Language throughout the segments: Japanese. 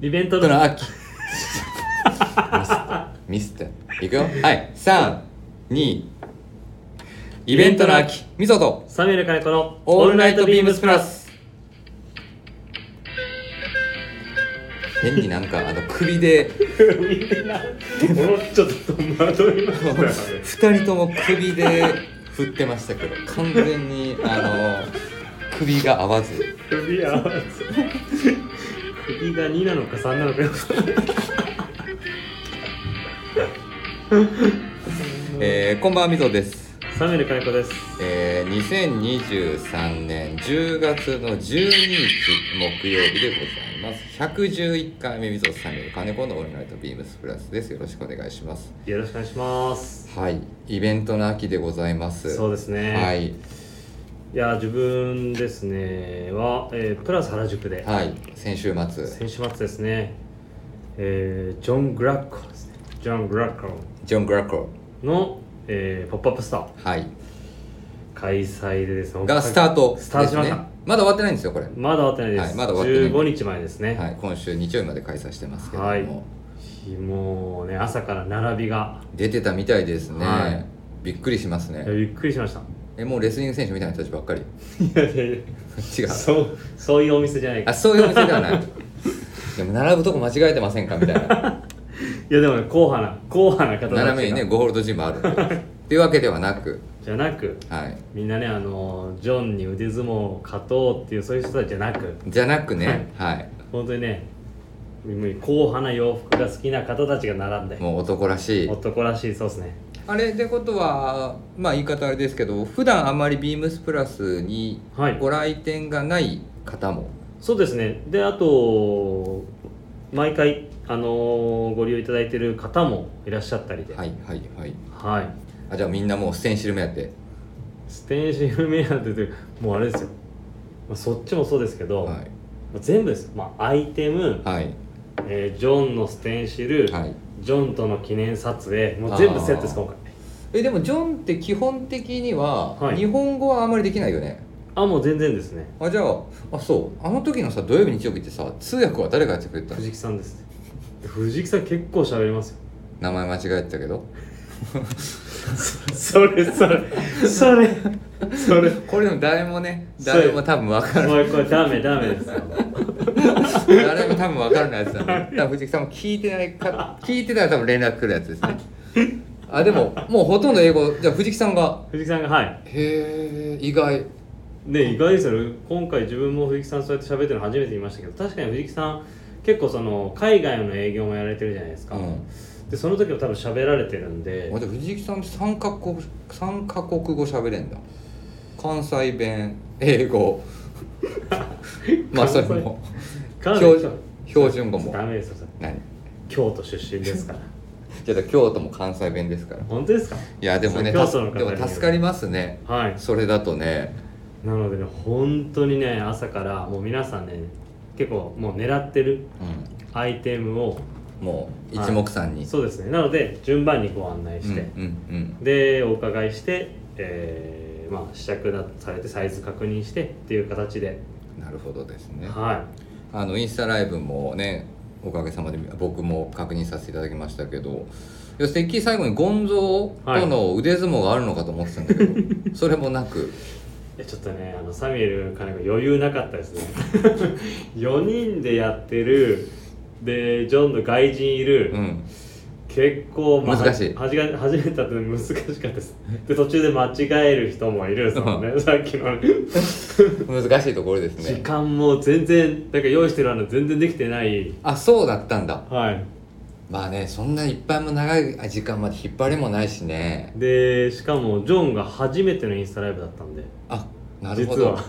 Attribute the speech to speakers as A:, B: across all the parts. A: イベント
B: と
A: の
B: の 秋ミスったミスったいくよはい32イベントの秋みそと
A: サミュエル金子の
B: オールナイトビームスプラス変になんかあの首で
A: 見てな もうちょっと戸惑いましたね
B: 2人とも首で振ってましたけど完全にあの首が合わず
A: 首合わず首が2なのか3なのかよくわかんない
B: えー、こんばんはみぞです
A: サミュエル金子です
B: えー、2023年10月の12日木曜日でございます111回目みぞさんより金子のオールナイトビームスプラスですよろしくお願いします
A: よろしくお願いします
B: はいイベントの秋でございます
A: そうですね、、
B: はいい
A: や自分ですねは、えープラス原宿で
B: はい先週末
A: 先週末ですね、えージョン・グラッコですねジョン・グラッコ
B: ジョン・グラコ
A: の、えーポップアップスター
B: はい
A: 開催でですね
B: がスタートです、ね、
A: スタートしました
B: まだ終わってないんですよこれ
A: まだ終わってないです、
B: はいまだ終わってない
A: 15日前ですね、
B: はい、今週日曜日まで開催してますけれども、
A: はいもうね朝から並びが
B: 出てたみたいですね、
A: はい
B: びっくりします
A: いや
B: ね
A: びっくりしました
B: えもうレスリング選手みたいな人たちばっかり
A: いやいやい
B: 違う
A: やそうそういうお店じゃない
B: あ
A: か
B: そういうお店ではないでも並ぶとこ間違えてませんかみた いない
A: やでもね硬派な硬派な方たちが
B: 斜めにね5ホールドジムあるんでっていうわけではなく
A: じゃなく
B: はい
A: みんなねあのジョンに腕相撲を勝とうっていうそういう人たちじゃなく
B: じゃなくねはい
A: 本当にねもう硬派な洋服が好きな方たちが並んで
B: もう男らしい
A: 男らしいそうですね
B: あれってことはまあ言い方あれですけど普段あまりビームスプラスに
A: はい
B: ご来店がない方も、
A: そうですねであと毎回あのーご利用いただいてる方もいらっしゃったりでは、
B: はいい、はいはいあじゃあみんなもうステンシル目やって
A: ステンシルメアというかもうあれですよ、まあ、そっちもそうですけど、
B: は
A: まあ全部です、まあ、アイテム
B: い、はい
A: えージョンのステンシル、
B: はい
A: ジョンとの記念撮影もう全部セットです
B: あー
A: 今回
B: えでもジョンって基本的には
A: はい
B: 日本語はあまりできないよね、
A: あもう全然ですね
B: あじゃああそうあの時のさ土曜日日曜日ってさ通訳は誰がやってくれてたの
A: 藤木さんですねで藤木さん結構喋りますよ
B: 名前間違えてたけど
A: それそれそれそれ
B: これでも誰もね
A: そう
B: 誰も多分分かる
A: もうこれダメダメですよ
B: 誰も多分分からないやつなんで多分藤木さんも聞いてないか聞いてたら多分連絡来るやつですねあでももうほとんど英語じゃあ藤木さんが
A: 藤木さんがはい
B: へえ意外
A: ね意外ですよね今回自分も藤木さんそうやって喋ってるの初めて見ましたけど確かに藤木さん結構その海外の営業もやられてるじゃないですか、
B: うん
A: でその時も多分喋られてるんで
B: あじゃあ藤木さん3カ国三カ国語喋れんだ関西弁英 語まあそれも
A: 関西
B: 標準標準語も
A: ダメですよそれ
B: 何
A: 京都出身 ですから
B: ちょっと京都も関西弁ですからい
A: 本当ですか
B: やでもね
A: そう
B: たす
A: 京都の方
B: で
A: に
B: も助かりますね
A: はい
B: それだとね
A: なのでね本当にね朝からもう皆さんね結構もう狙ってる
B: う
A: アイテムを
B: んもう一目散に、
A: そうですねなので順番にご案内して、
B: うんうん
A: でお伺いして、えーまあ、試着だされてサイズ確認してっていう形で、
B: うんなるほどですね
A: は
B: あのインスタライブもねおかげさまで僕も確認させていただきましたけどいやてっきり最後にゴンゾーとの腕相撲があるのかと思ってたんだけど、 それもなく
A: いいやちょっとねあのサミュエル金子余裕なかったですね 4人でやってるでジョンの外人いる、
B: うん
A: 結構、
B: 難しい
A: はじが初めてだったので難しかったですで途中で間違える人もいるそのねさっき のね
B: 難しいところです
A: 時
B: ね
A: 間も全然なんか用意してるの全然できてない
B: あそうだったんだ
A: はい
B: まあねそんないっぱいも長い時間まで引っ張りもないしね
A: でしかもジョンが初めてのインスタライブだったんで
B: あなるほ
A: 実
B: ど
A: は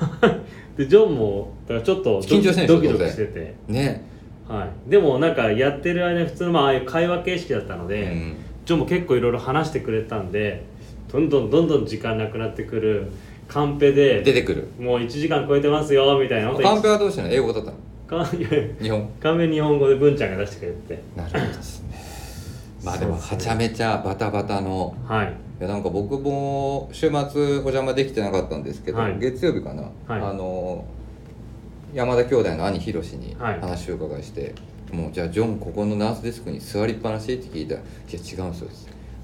A: でジョンもだからちょっとドキ
B: 緊張してるんでし
A: ドキドキ
B: ょ当然
A: してて、
B: ね
A: はい、でもなんかやってる間普通のまあああいう会話形式だったの
B: う
A: で、
B: ん
A: ジョンも結構いろいろ話してくれたんでどんどんどんどん時間なくなってくるカンペで
B: 出てくる
A: もう1時間超えてますよみたいな
B: カンペはどうしたの英語だったの
A: カンいやいや
B: 日本
A: カンペ日本語で文ちゃんが出してくれて
B: なるほどですねまあでも
A: そう
B: は
A: です
B: ち
A: ね
B: ゃめちゃバタバタの
A: はい
B: いやなんか僕も週末お邪魔できてなかったんですけど、
A: はい
B: 月曜日かな、
A: はい
B: あの山田兄弟の兄ひろしに
A: はい
B: 話を伺いして、もうじゃあジョンここのナースデスクに座りっぱなしって聞いたら「いや違うんですよ」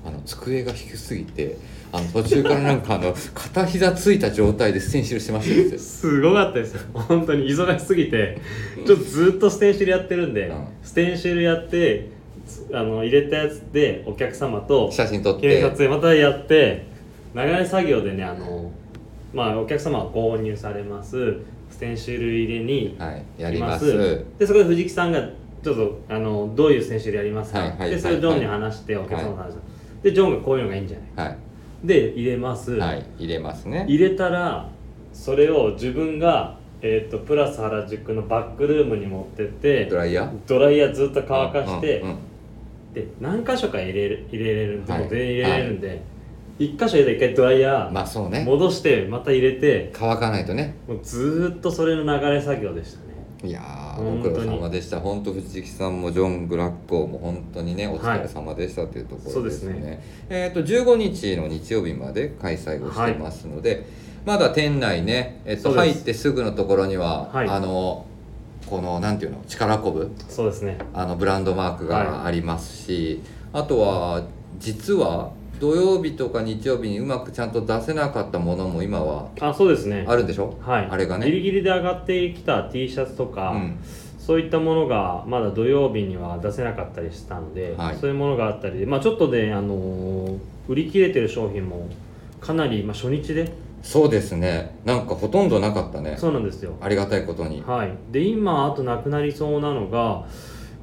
B: あの机が低すぎてあの途中からなんかあの 片膝ついた状態でステンシルしてましたよ
A: すごかったですよ本当に忙しすぎてちょっとずっとステンシルやってるんで、
B: うん
A: ステンシルやってつあの入れたやつでお客様と
B: 写真撮っ
A: 記念
B: て
A: 撮影またやって流れ作業でねあのまあお客様は購入されますステンシル入れに
B: はいやります
A: でそこで藤木さんがちょっとあのどういう選手でやりますか、
B: はいはい
A: でそれをジョンに話して、
B: い
A: お客様の話してでジョンがこういうのがいいんじゃない
B: は
A: で入れます、
B: い、はい、入れますね
A: 入れたらそれを自分が、えー、とプラス原宿のバックルームに持ってって
B: ドライヤー
A: ドライヤーずっと乾かして、
B: うんうんうん
A: で何箇所か入れる入れれるんで、
B: はい
A: 全員入れれるんで、一1箇所入れたら一回ドライヤ
B: ま
A: ー
B: あそうね
A: 戻してまた入れて
B: 乾かないとね
A: もうずーっとそれの流れ作業でしたね
B: いやー
A: 本
B: ご
A: 当に
B: 苦労様でした本当藤木さんもジョン・グラッコーも本当にねお疲れ様でしたというところですね,、
A: そうです
B: えっ、と15日の日曜日まで開催をしてますので、まだ店内ね、えっと
A: そうで
B: 入
A: す
B: ってすぐのところには、
A: はい
B: あのこのなんていうの力こぶ
A: そうですね
B: あのブランドマーク
A: は
B: がありますし、あとは実は土曜日とか日曜日にうまくちゃんと出せなかったものも今は
A: あそうですね
B: あるんでしょ、
A: はい、
B: あれがね
A: ギリギリで上がってきた T シャツとか、
B: うん
A: そういったものがまだ土曜日には出せなかったりしたので、
B: はい
A: そういうものがあったりで、まあ、ちょっとね、あのー売り切れてる商品もかなり、まあ、初日で
B: そうですねなんかほとんどなかったね
A: そうなんですよ、
B: ありがたいことに
A: はい、で今あとなくなりそうなのが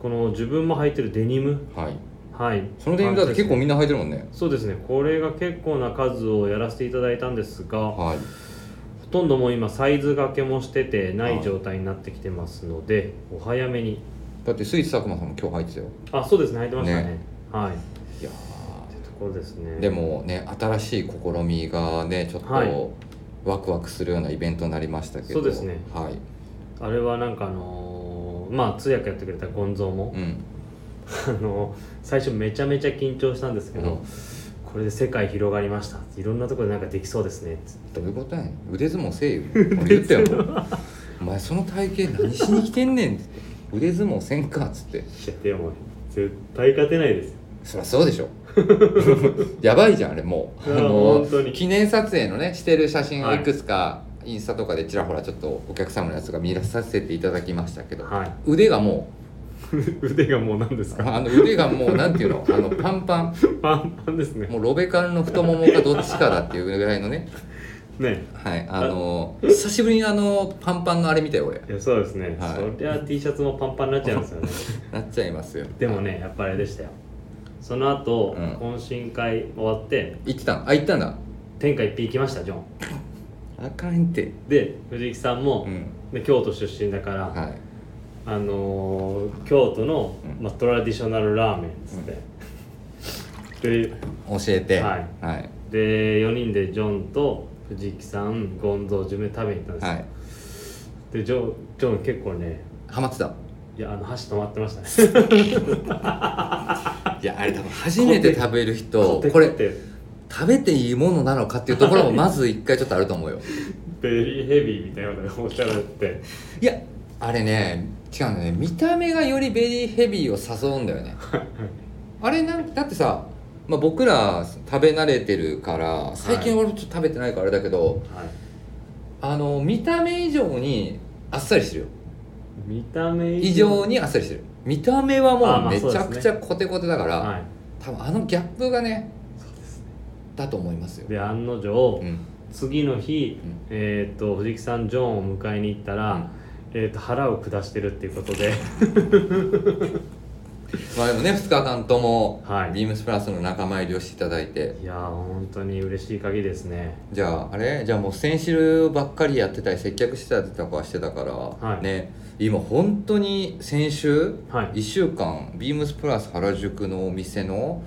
A: この自分も履いてるデニム
B: はい
A: はい
B: そのデニムだって結構
A: あ
B: みんな履いてるもんね
A: そうですねこれが結構な数をやらせていただいたんですが、
B: はい
A: ほとんどもう今サイズ掛けもしててない状態になってきてますので、お早めに
B: だってスイーツ佐久間さんも今日履いてたよ
A: あそうですね履いてましたね
B: ね
A: はいっ
B: い
A: て
B: や
A: ところですね
B: ーでもね新しい試みがねちょっ
A: はい
B: とワクワクするようなイベントになりましたけど
A: そうですね
B: はい
A: あれはなんかあのーまあ通訳やってくれたゴンゾーも、
B: うん
A: あのー最初めちゃめちゃ緊張したんですけど、
B: うん
A: これで世界広がりましたいろんなところでなんかできそうですねつって
B: どういうことやねん腕相 撲せえよ俺言ったよお前その体型何しに来てんねんって腕相撲せんかっつって
A: いやでも絶対勝てないです
B: そりゃそうでしょ やばいじゃんあれもう
A: い
B: あ
A: や
B: の
A: 本当に
B: 記念撮影のねしてる写真を
A: はい
B: いくつか、インスタとかでちらほらちょっとお客様のやつが見出させていただきましたけど、
A: はい
B: 腕がも
A: 腕がもう何です
B: う
A: か
B: あの腕がもう なんていうのあのパンパン
A: パンパンですね
B: もうロベカルの太ももかどっちかだっていうぐらいのね
A: ね
B: はいあの久しぶりにあのパンパンのあれ見たよ俺
A: いやそうですね、
B: はい
A: そりゃ T シャツもパンパンになっちゃいますよ ね
B: なっちゃいますよ
A: でもねやっぱあれでしたよその後、
B: うん
A: 懇親会終わって
B: 行ってたんあ行ったんだ
A: 天下一品行きましたジョン
B: あかんって
A: で藤木さんも、
B: うん
A: で京都出身だから、
B: はい
A: あのー京都の、
B: うん
A: まあ、トラディショナルラーメンっつって、で
B: 教えて
A: はい
B: はい
A: で4人でジョンと藤木さんゴンゾー自分で食べに行ったんですよ、
B: はい
A: でジョンジョン結構ね
B: ハマってた
A: いやあの箸止まってましたね
B: いやあれ多分初めて食べ る人
A: で
B: これ
A: で
B: 食べていいものなのかっていうところもまず一回ちょっとあると思うよ
A: ベリーヘビーみたいなのがおっしゃられて
B: いやあれね違うんだよね見た目がよりベリーヘビーを誘うんだ よねあれなんだってさ、まあ、僕ら食べ慣れてるから最近
A: は
B: 俺もちょっと食べてないからあれだけど、
A: はい
B: あの見た目以上にあっさりしてるよ
A: 見た目
B: 異常にあっさりしてる見た目は
A: あ
B: も
A: ま
B: う
A: あ
B: め
A: そう
B: ち
A: で
B: ゃ
A: すね
B: くちゃコテコテだから、
A: は
B: 多分あのギャップがね
A: いそうですね
B: だと思いますよ、
A: で案の定、
B: うん、
A: 次の日、
B: うん
A: えーっと藤木さんジョンを迎えに行ったら、えーっと腹を下してるっていうことで
B: まあでもね2日間とも、
A: はい
B: ビームスプラスの仲間入りをしていただいて
A: いやー本当に嬉しい限りですね
B: じゃああれじゃあもうセンシルばっかりやってたり接客してたりとかしてたから、
A: はい
B: ね今本当に先週、
A: はい
B: 1週間ビームスプラス原宿のお店の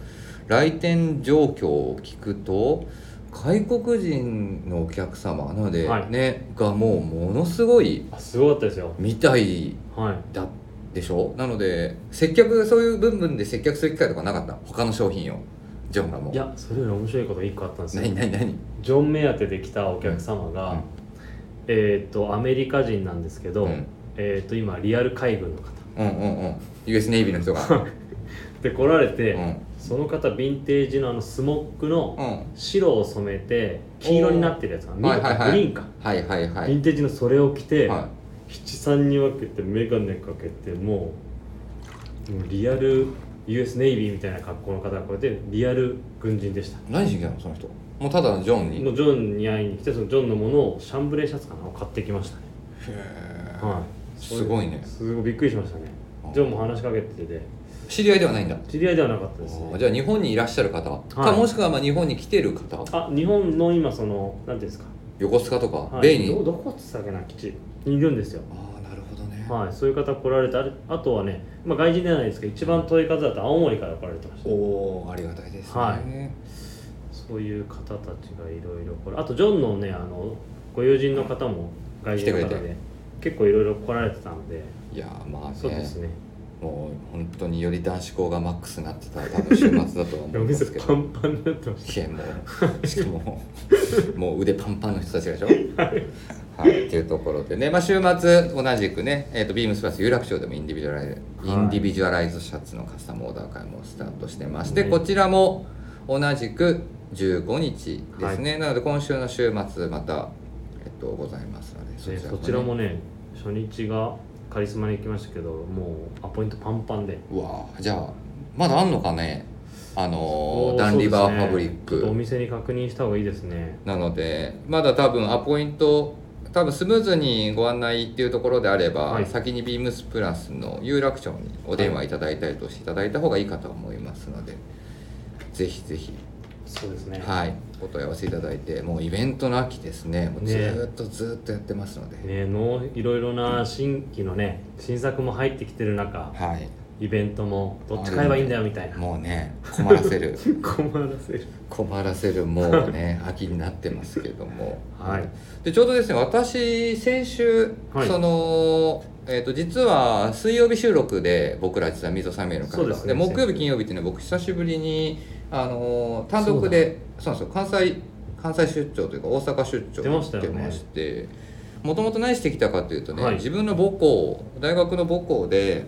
B: 来店状況を聞くと外国人のお客様なので、
A: はい
B: ねがもうものすごい
A: あすごかったですよ
B: みたい
A: はい
B: だでしょなので接客そういう部分で接客する機会とかなかった他の商品をジョンがもう
A: いやそれより面白いこと1個あったんですよ
B: 何何何
A: ジョン目当てで来たお客様が、
B: うんうん
A: えーっとアメリカ人なんですけど、
B: うん
A: えーっと今リアル海軍の方
B: うんうんうん US ネイビーの人が
A: で来られて、
B: うん
A: その方ヴィンテージのあのスモック
B: う
A: の
B: ん
A: 白を染めて黄色になってるやつがグリ
B: はいはいはい
A: ーンか、
B: はいはいは
A: ヴィ
B: い
A: ンテージのそれを着て、
B: は
A: 七三に分けてメガネかけてもうもうリアル US ネイビーみたいな格好の方がこれでリアル軍人でした
B: 何しに来たのその人もうただのジョンに
A: もうジョンに会いに来てそのジョンのものをシャンブレーシャツかなを買ってきましたね
B: へー
A: はい
B: すごいね
A: すごいびっくりしましたね
B: あ
A: ジョンも話しかけてて
B: 知り合いではないんだ
A: 知り合いではなかったです
B: あ
A: ね
B: じゃあ日本にいらっしゃる方、
A: は
B: か
A: い
B: もしくはまあ日本に来てる方
A: あ日本の今そのなんていうんですか、
B: 横須賀とか、
A: は
B: 例
A: い、
B: に
A: どどこっつったっけな基地にいるんですよ
B: ああなるほどね、
A: はい、そういう方来られてあれあとはね、まあ、外人ではないですけど一番遠い方だと青森から来られてました
B: おおありがたいですね、
A: はそういう方たちがいろいろこれあとジョンのねあのご友人の方も外人の
B: 来て
A: 方
B: くれ
A: で結構いろいろ来られてたので
B: い、やーまあね
A: そうですね
B: もう本当により男子校がマックスになってたら多分週末だとは思
A: お
B: うんで
A: 店
B: すけ
A: パ
B: ど
A: ンパンになってまし
B: い やもうしかももう腕パンパンの人たちでしょはい、っていうところでね、まあ、週末同じくね、えー、とビームスプラス有楽町でもインディビジュアライズ、
A: はい
B: インディビジュアライズシャツのカスタムオーダー会もスタートしてまして、
A: ね
B: こちらも同じく15日ですね、なので今週の週末また、えっとございますので
A: たね
B: ね
A: そちらもね初日がカリスマに行きましたけどもうアポイントパンパンで
B: うわーじゃあまだあんのかねあのー
A: おー
B: ダン・リバー・ファブリッ
A: そうですねちょっとお
B: ク
A: 店に確認した方がいいですね
B: なのでまだ多分アポイント多分スムーズにご案内っていうところであれば、
A: はい
B: 先にビームスプラスの有楽町にお電話いただいたりとしていただいた方がいいかと思いますので、ぜひぜひ、
A: そうですね
B: はい、お問い合わせいただいてもうイベントの秋ですねもうず
A: ね
B: ーっとずーっとやってますので、
A: ねのいろいろな新規のね新作も入ってきてる中
B: はい、
A: イベントもどっち買えばいいんだよみたいな
B: もうね困らせる
A: 困らせる
B: 困らせるもうね 秋になってますけども。
A: はい
B: でちょうどですね私先週、
A: はい
B: その、えー、と実は水曜日収録で僕ら実は溝サミュエルの会
A: そうで
B: です
A: ね
B: で木曜日金曜日っていうのは僕久しぶりにあの単独でそうなんですよ関西関西出張というか大阪出張
A: 出ましたよね
B: 行ってましてもともと何してきたかというとね、
A: はい
B: 自分の母校大学の母校で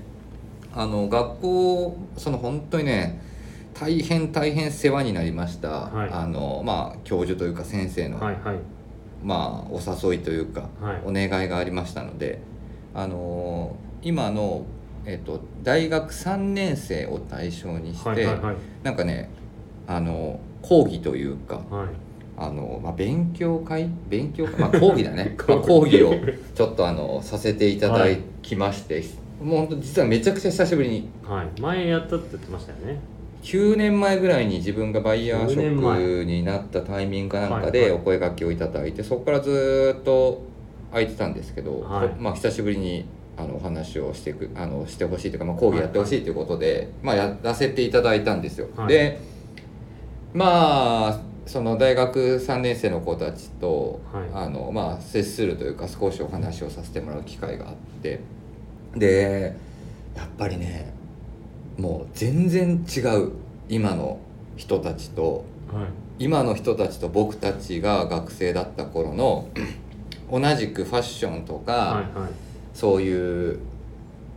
B: あの学校その本当にね大変大変世話になりました、
A: はい
B: あのまあ教授というか先生の
A: はいはい
B: まあ、お誘いというか、
A: はい
B: お願いがありましたので、あのー今の、えっと大学3年生を対象にして、
A: はいはいはい
B: なんかね、あの講義というか、
A: はい
B: あのまあ、勉強会勉強会、まあ、講義だ ね
A: 講
B: まあ
A: 義
B: 講義をちょっとあのさせていただきまして、もう本当実はめちゃくちゃ久しぶりに
A: はい前やったって言ってましたよね
B: 9年前ぐらいに自分がバイヤーショ
A: 9
B: ッ
A: 年
B: プになったタイミングかなんか
A: はい
B: で
A: は
B: お
A: い
B: 声掛けをいただいてそこからずーっと空いてたんですけど、
A: はい
B: こまあ、久しぶりにあのお話をしてくあのしてほしいというか、まあ、講義やってほしいということで、まあ、やらせていただいたんですよ。
A: はい
B: でまあその大学3年生の子たちと、
A: はい
B: あのまあ、接するというか少しお話をさせてもらう機会があってでやっぱりねもう全然違う今の人たちと
A: はい
B: 今の人たちと僕たちが学生だった頃 の同じくファッションとか、
A: はいはい
B: そういう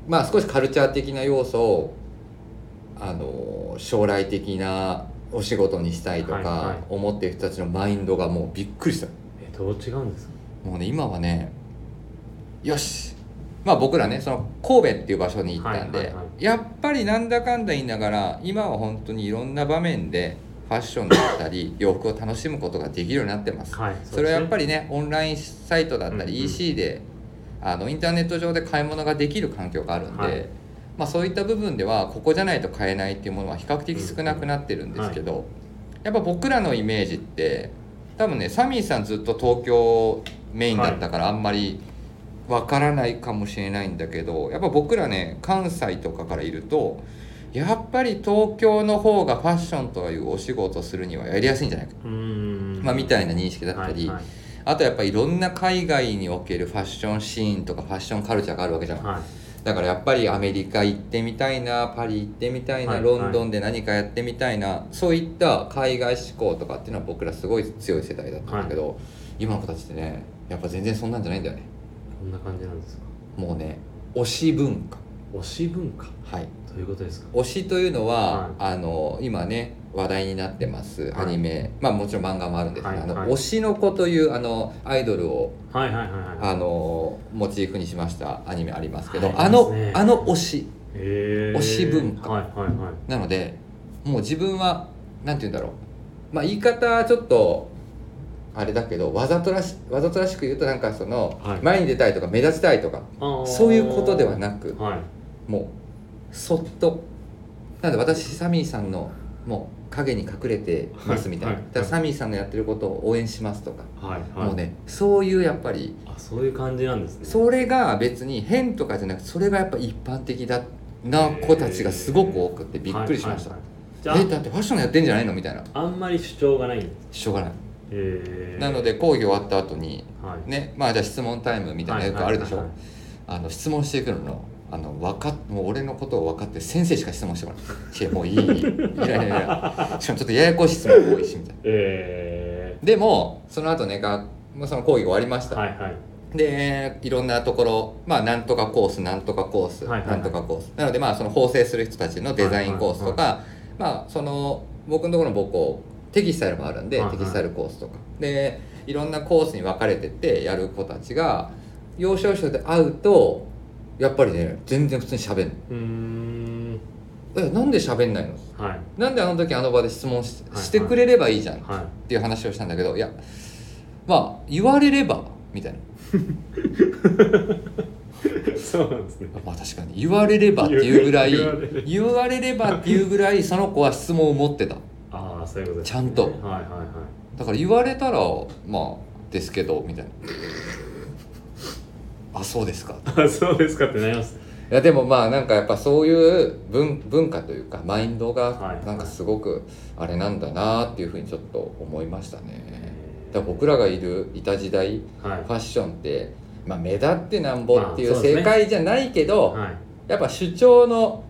B: まあ少しカルチャー的な要素をあの将来的なお仕事にしたいと
A: はい
B: か
A: はい
B: 思ってる人たちのマインドがもうびっくりした
A: えどう違うんですか
B: もうね今はねよしまあ僕らねその神戸っていう場所に行ったんで、
A: はいはいは
B: やっぱりなんだかんだ言いながら今は本当にいろんな場面でファッションだったり洋服を楽しむことができるようになってます、
A: はい
B: それはやっぱ
A: り
B: りねオンラインサイトだった
A: うんう
B: り
A: ん
B: EC で、あのインターネット上で買い物ができる環境があるんで、
A: はい
B: まあ、そういった部分ではここじゃないと買えないっていうものは比較的少なくなってるんですけど、やっぱ僕らのイメージって多分ねサミーさんずっと東京メインだったからあんまりわからないかもしれないんだけどやっぱ僕らね関西とかからいるとやっぱり東京の方がファッションというお仕事をするにはやりやすいんじゃないか、
A: うーん
B: まあ、みたいな認識だったり。
A: はい
B: あとやっぱりいろんな海外におけるファッションシーンとかファッションカルチャーがあるわけじゃん、
A: はい、はい
B: だからやっぱりアメリカ行ってみたいなパリ行ってみたいな、
A: はい
B: ロンドンで何かやってみたいなそういった海外志向とかっていうのは僕らすごい強い世代だったんだけど、今の子たちってねやっぱ全然そんなんじゃないんだよね
A: こんな感じなんですか
B: もうね推し文化
A: 推し文化
B: はい
A: ということですか
B: 推しというのは、
A: は
B: あの今ね話題になってます
A: はい
B: アニメ、まあもちろん漫画もあるんですが、
A: はい
B: あの
A: はい
B: 推しの子というあのアイドルを
A: はいはいはいはい
B: あのモチーフにしましたアニメありますけど、
A: はい
B: あ
A: ありま
B: の
A: すね
B: あの推し
A: へー
B: 推し文化
A: はいはいはい
B: なのでもう自分はなんて言うんだろうまあ言い方はちょっとあれだけどわざとらしわざとらしく言うとなんかその、
A: はい
B: 前に出たいとか目立ちたいとか
A: あー
B: そういうことではなく
A: はい
B: もうそっとなので私サミーさんのもう影に隠れてますみたいな、
A: はいはい
B: だからサミーさんのやってることを応援しますとか、
A: はいはい
B: もうねそういうやっぱり
A: あそういう感じなんですね
B: それが別に変とかじゃなくそれがやっぱ一般的だな子たちがすごく多くてびっくりしました、
A: はいはいはい
B: え
A: じゃ
B: だってファッションやってんじゃないのみたいな
A: ああんまり主張がないんです
B: しょうがない、
A: へー
B: なので講義終わった後に
A: はい
B: ねまあじゃあ質問タイムみたいなよくあるでしょ、
A: はいはい
B: あの質問してくるのあのわかっもう俺のことを分かってる先生しか質問してこないいやもういいいやいやい やしかもちょっとややこしい質問多いしみたいな
A: え
B: でもその後ねがもうその講義が終わりまし
A: ー
B: た、
A: はいはい
B: でいろんなところまあなんとかコースなんとかコース、
A: はいはいはい
B: なんとかコースなのでまあその縫製する人たちのデザインコースとか、まあその僕のところの母校テキスタイルもあるんで、
A: はいはい
B: テキスタイルコースとかでいろんなコースに分かれてってやる子たちが要所要所で会うとやっぱりね全然普通に喋んないう
A: ーん
B: えなんで喋んないの
A: はい
B: なんであの時あの場で質問し
A: はい
B: してくれればいいじゃんっ
A: は
B: ていう話をしたんだけどいやまあ言われればみたいない
A: そうなんですね
B: まあ確かに言われればっていうぐらい
A: 言われれば
B: 言われればっていうぐらいその子は質問を持ってた
A: ああそういうことです
B: ちゃんと
A: はいはいはい
B: だから言われたらまあですけどみたいなあそうですか
A: あそうですかってなります
B: いやでもまあなんかやっぱそういう文文化というかマインド
A: は
B: が
A: い
B: なんかすごくあれなんだなっていうふうにちょっと思いましたね
A: えー
B: だから僕らがいるいた時代
A: はい
B: ファッションって、まあ、目立ってなんぼってい
A: まあ
B: う
A: そうです
B: 正
A: ね
B: 解じゃないけど、
A: はい
B: やっぱ主張の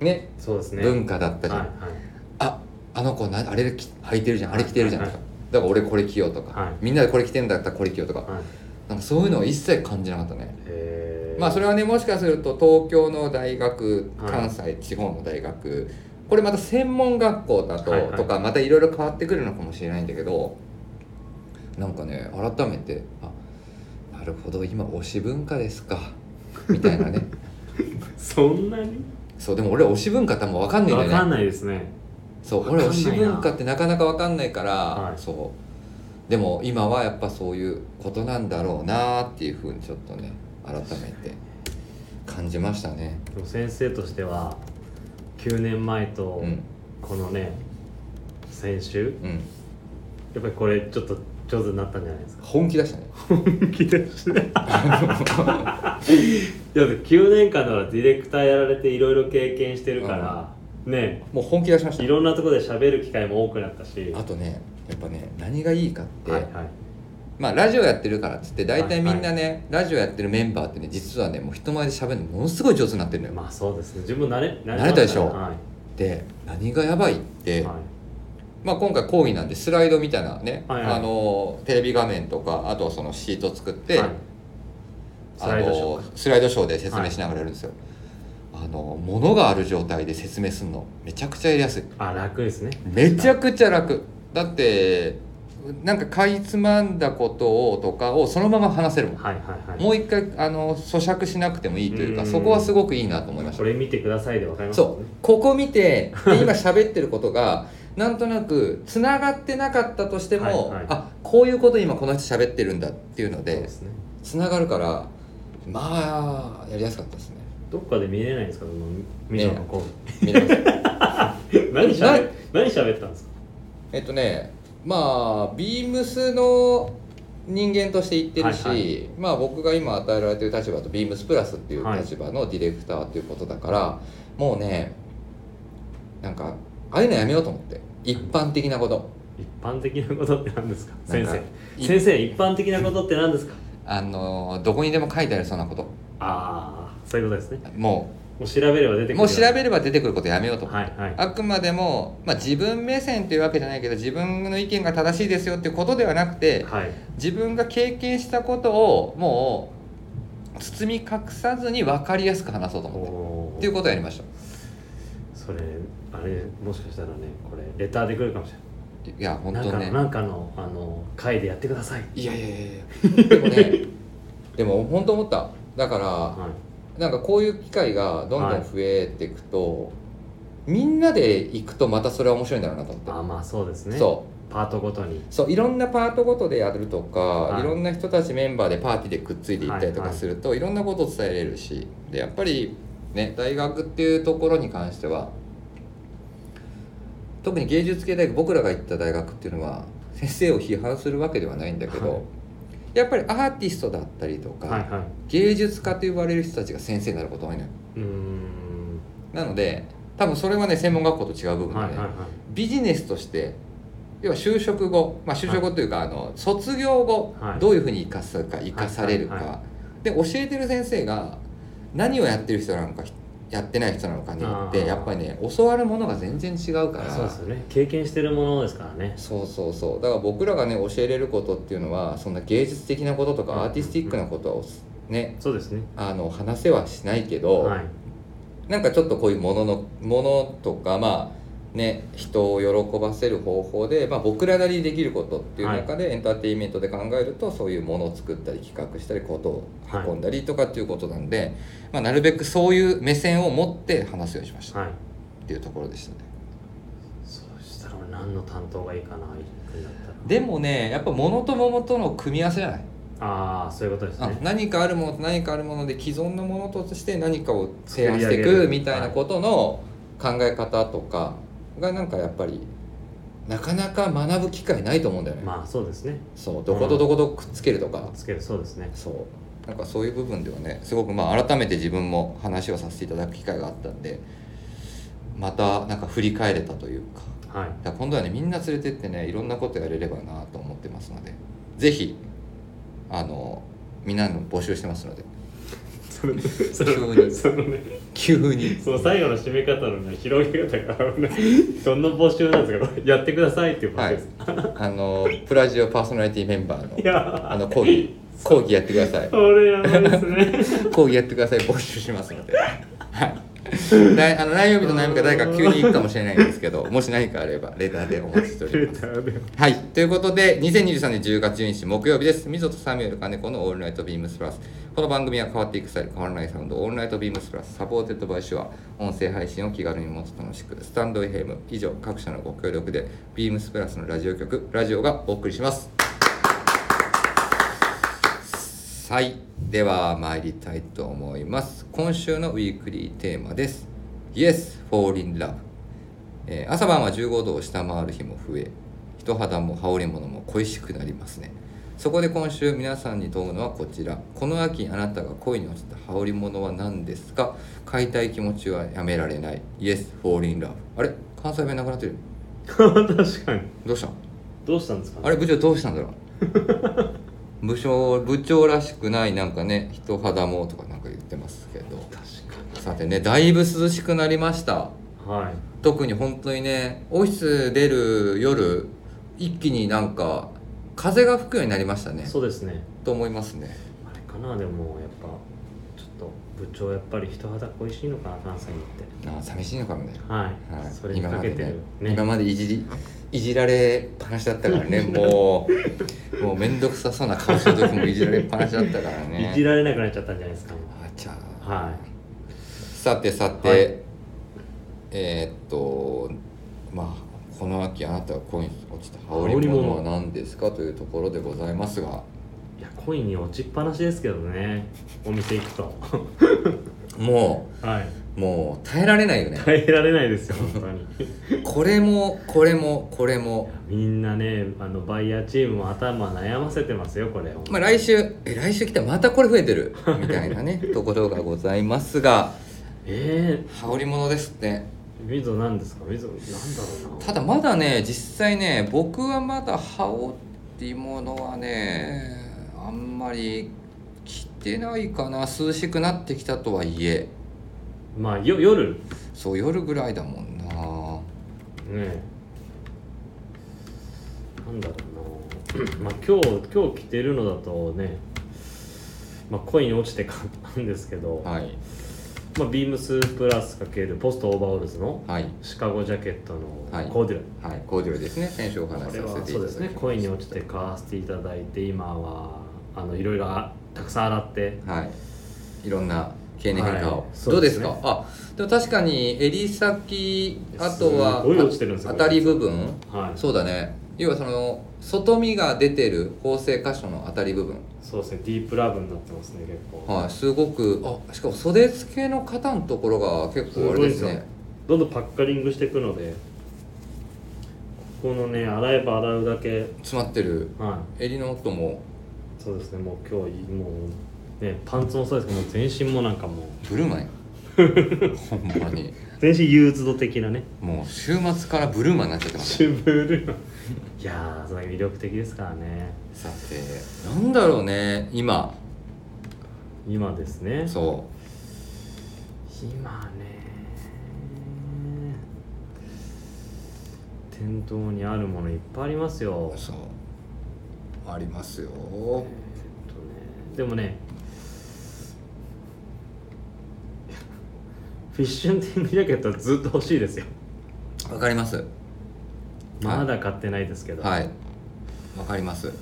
B: ね
A: そうですね
B: 文化だったり、
A: はい
B: ああの子なあれき履いてるじゃんあれ着てるじゃんと
A: は
B: か、
A: いはい
B: だから俺これ着ようとか、
A: はい
B: みんなでこれ着てんだったらこれ着ようとか、
A: はいはい
B: なんかそういうのを一切感じなかったね、
A: えー
B: まあそれはねもしかすると東京の大学
A: はい
B: 関西地方の大学これまた専門学校だと、
A: はいはい
B: とかまたいろいろ変わってくるのかもしれないんだけどなんかね改めてあなるほど今推し文化ですかみたい なね
A: そんなに
B: そうでも俺推し文化多分分かんないんだよ
A: わ
B: ね
A: かんないですね
B: そう
A: わ
B: 俺
A: かん
B: 推
A: ない
B: し
A: な
B: 文化ってなかなか分かんないから、
A: はい
B: そうでも今はやっぱそういうことなんだろうなっていうふうにちょっとね改めて感じましたね
A: でも先生としては9年前と
B: うん
A: このね、先週
B: うん
A: やっぱりこれちょっと上手になったんじゃないですか
B: 本 気出したね
A: 本気出していや9年間だからディレクターやられていろいろ経験してるから、ね
B: もう本気出しまし
A: い
B: た
A: ろんなところで喋る機会も多くなったし
B: あとねやっぱね何がいいかって、
A: はいはい
B: まあラジオやってるからっつって大体みんなね、ラジオやってるメンバーってね実はねもう人前で喋るのものすごい上手になってるのよ、
A: まあそうですね自分慣れ慣
B: 慣れたでしょ
A: は
B: で何がやばいっ
A: い、
B: て、
A: はい
B: まあ、今回講義なんでスライドみたいなね、
A: はいはい
B: あのテレビ画面とかあとはそのシート作って、
A: はいスライドショー
B: あのスライドショーで説明しながらやるんですよ、あの物がある状態で説明するのめちゃくちゃやりやすい
A: あ楽ですね
B: めちゃくちゃ楽だってなんかかいつまんだことをとかをそのまま話せるもん、
A: はいはいはい
B: もう一回あの咀嚼しなくてもいいというか
A: うん
B: そこはすごくいいなと思いました
A: これ見てくださいでわかりますも
B: そ
A: ん
B: う
A: ね
B: ここ見てで今喋ってることが なんとなくつながってなかったとしても、
A: はいはい
B: あこういうこと今この人喋ってるんだっていうの
A: そう
B: で
A: ですね
B: つながるからまあやりやすかっ たですね
A: どっかで見れないんですかその見たのこう
B: 見れます
A: 何しゃ
B: な
A: べ何しゃべったんですか
B: えっとねまあビームスの人間として言ってるし、
A: はいは
B: まあ僕が今与えられてる立場とビームスプラスっていう
A: はい
B: 立場のディレクターっていうことだから、もうねなんかああいうのやめようと思って一般的なこと
A: 一般的なことって何ですか先
B: なんか
A: 生先生一般的なことって何ですか
B: あのどこにでも書いてありそうなこと
A: ああそういうことですね
B: も
A: もう調べれば出てく
B: う
A: る
B: もう調べれば出てくることやめようと、
A: はいはい
B: あくまでも、まあ、自分目線というわけじゃないけど自分の意見が正しいですよっていうことではなくて
A: はい
B: 自分が経験したことをもう包み隠さずに分かりやすく話そうと
A: お
B: 思ってっていうことをやりました
A: それあれもしかしたらねこれレターで来るかもしれない
B: いや本
A: なん
B: 当
A: か
B: ね
A: のなんかのあの会でやってください
B: いやいやいやいやでもね でも本当思っただから
A: は
B: なんかこういう機会がどんどん増えていくと、みんなで行くとまたそれは面白いんだろうなと
A: いあ
B: 思っ
A: まあそうです
B: て、
A: ね
B: そう
A: パートごとに
B: うそういろんなパートごとでやるとか、
A: はい
B: い、ろんな人たちメンバーでパーティーでくっついていったりと
A: はい
B: か
A: はい
B: すると、いろんなことを伝えれるしでやっぱりね大学っていうところに関しては特に芸術系大学僕らが行った大学っていうのは先生を批判するわけではないんだけど、
A: はい
B: やっぱりアーティストだったりとか、
A: はいは
B: 芸術家と言われる人たちが先生になることが多いのよ
A: いうーん
B: なので多分それはね専門学校と違う部分で、
A: はいはいはい
B: ビジネスとして要は就職後、まあ、就職後というか、あの卒業後、
A: はい
B: どういうふうに生かすか生かされるか、
A: はいはいは
B: で教えてる先生が何をやってる人なのかひやってない人なのかによっ
A: あ
B: て
A: ー
B: やっぱりね教わるものが全然違うから
A: そうですよね経験してるものですからね
B: そうそうそうだから僕らがね教えれることっていうのはそんな芸術的なことと
A: うん
B: かアーティスティックなことはおすね
A: そうですね
B: あの話せはしないけど、
A: はい
B: なんかちょっとこういうもののものとかまあね人を喜ばせる方法で、まあ、僕らなりにできることっていう中で、エンターテインメントで考えるとそういうものを作ったり企画したりことを運んだりとかっていうことなんで、まあ、なるべくそういう目線を持って話すようにしました
A: はい
B: っていうところでしたね。
A: そうしたら俺何の担当がいいかな行くんだったら
B: でもねやっぱ物と物との組み合わせじゃない
A: ああそういうことです
B: あ
A: ね
B: 何かあるものと何かあるもので既存のものとして何かを提案してい
A: 作り上げ
B: く
A: る
B: みたいなことの考え方とかがなんかやっぱりなかなか学ぶ機会ないと思うんだよね、
A: まあそうですね
B: そうどことどことくっつけるとか、
A: つけるそうですね
B: そうなんかそういう部分ではねすごくまあ改めて自分も話をさせていただく機会があったんでまたなんか振り返れたというか
A: はい
B: だから今度はねみんな連れてってねいろんなことやれればなと思ってますのでぜひあのみんなの募集してますので
A: その
B: 急に
A: そのね
B: 急に
A: その最後の締め方のね広げ方が危ないどんな募集なんですかこれやってくださいっていう募
B: は
A: 集
B: い
A: です、
B: あのプラジオパーソナリティメンバーの
A: い、や
B: あの講義講義やってください
A: ーそれやばいですね
B: 講義やってください募集しますのではいなあの何曜日の悩みか誰か急に行くかもしれないんですけどもし何かあればレターでお待ちしており
A: レ
B: ます
A: ターで
B: はい、ということで、2023年10月12日木曜日です。みぞとサミュエル金子のオールナイトビームスプラス。この番組は変わっていくスタイル、変わらないサウンド、オールナイトビームスプラス、サポーテッドバイシュア、音声配信を気軽にもっと楽しく、スタンド FM、以上各社のご協力で、ビームスプラスのラジオ局、ラジオがお送りします。はい、では参りたいと思います。今週のウィークリーテーマです。Yes, fall in love. えー朝晩は15度を下回る日も増え人肌も羽織物も恋しくなりますねそこで今週皆さんに問うのはこちらこの秋あなたが恋に落ちた羽織物は何ですか買いたい気持ちはやめられない Yes, fall in love あれ関西弁なくなってる
A: 確かに
B: どうした
A: どうしたんですか
B: あれ部長どうしたんだろ う部長部長らしくないなんかね人肌もとかなんか言ってますけど
A: 確か
B: さてねだいぶ涼しくなりました
A: にはい
B: 特に本当にねオフィス出る夜一気になんか風が吹くようになりましたね
A: そうですね
B: と思いますね
A: あれかなでもやっぱちょっと部長やっぱり人肌恋しいのかな関西に行って
B: ああ寂しいのかもね、
A: はい、
B: はい、
A: それにかけてる
B: 今までね今までいじりいじられっぱなしだったか らねもうもう面倒くさそうな顔した時もいじられっぱなしだったからね
A: いじられなくなっちゃったんじゃないですか
B: あちゃー
A: は
B: さてさて、
A: はい
B: えーっとまあこの秋あなたが恋に落ちた羽
A: 織
B: 織
A: 物
B: 物は何ですかというところでございますが
A: いいや恋に落ちっぱなしですけどねお店行くと
B: もう
A: はい
B: もう耐えられないよね
A: 耐えられないですよ本当に
B: これもこれもこれも
A: みんなねあのバイヤーチームも頭悩ませてますよこれ
B: まあ来週え来週来たらまたこれ増えてるみたい なねところがございますが
A: え
B: 羽織物ですって
A: ー、水野なんですか水野なんだろ
B: ただまだね実際ね僕はまだ羽織物はねあんまり着てないかな涼しくなってきたとはいえ
A: うなまあよ夜
B: そう夜ぐらいだもん
A: ね
B: な
A: なんだろうな まあ今日今日着てるのだとねまあ恋に落ちて買ったんですけど、
B: はい
A: まあ、ビームスプラスかけるポストオーバーオールズの
B: はい
A: シカゴジャケット
B: はい
A: のコーデュロイ、
B: はいコーデュロイですね先週お話し
A: これは
B: させていた
A: そうです
B: だきま
A: ね
B: した
A: 恋に落ちて買わせていただいて今はあのいろいろあたくさん洗って
B: はい、いろんな経年変化を、
A: はい
B: ど
A: そうう
B: で
A: ですすね
B: かあでも確かに襟先あとは
A: すごい落ちてるんですよ
B: あ当たり部分、
A: はい
B: そうだね要はその外見が出てる縫製箇所の当たり部分
A: そうですねディープラブになってますね結構、
B: はいすごくあしかも袖付けの肩のところが結
A: す
B: 構あ
A: ごいん
B: れで
A: です
B: す
A: よ
B: ね
A: どんどんパッカリングしていくのでここのね洗えば洗うだけ
B: 詰まってる
A: は
B: 襟の音も
A: いそうですねもう今日もうねパンツもそうですけどもう全身もなんかもう
B: ブルマ やんほんまに
A: 全身憂鬱度的なね
B: もう週末からブルーマになっちゃってます
A: シュブルーいやーそれ魅力的ですからね
B: さてなんだろうね今
A: 今ですね
B: そう
A: 今ね店頭にあるものいっぱいありますよえーっ
B: そうありますよ
A: とねでもねフィッシュンティングジャケットはずっと欲しいですよ
B: わかりますはい
A: まだ買ってないですけど、
B: はいわかります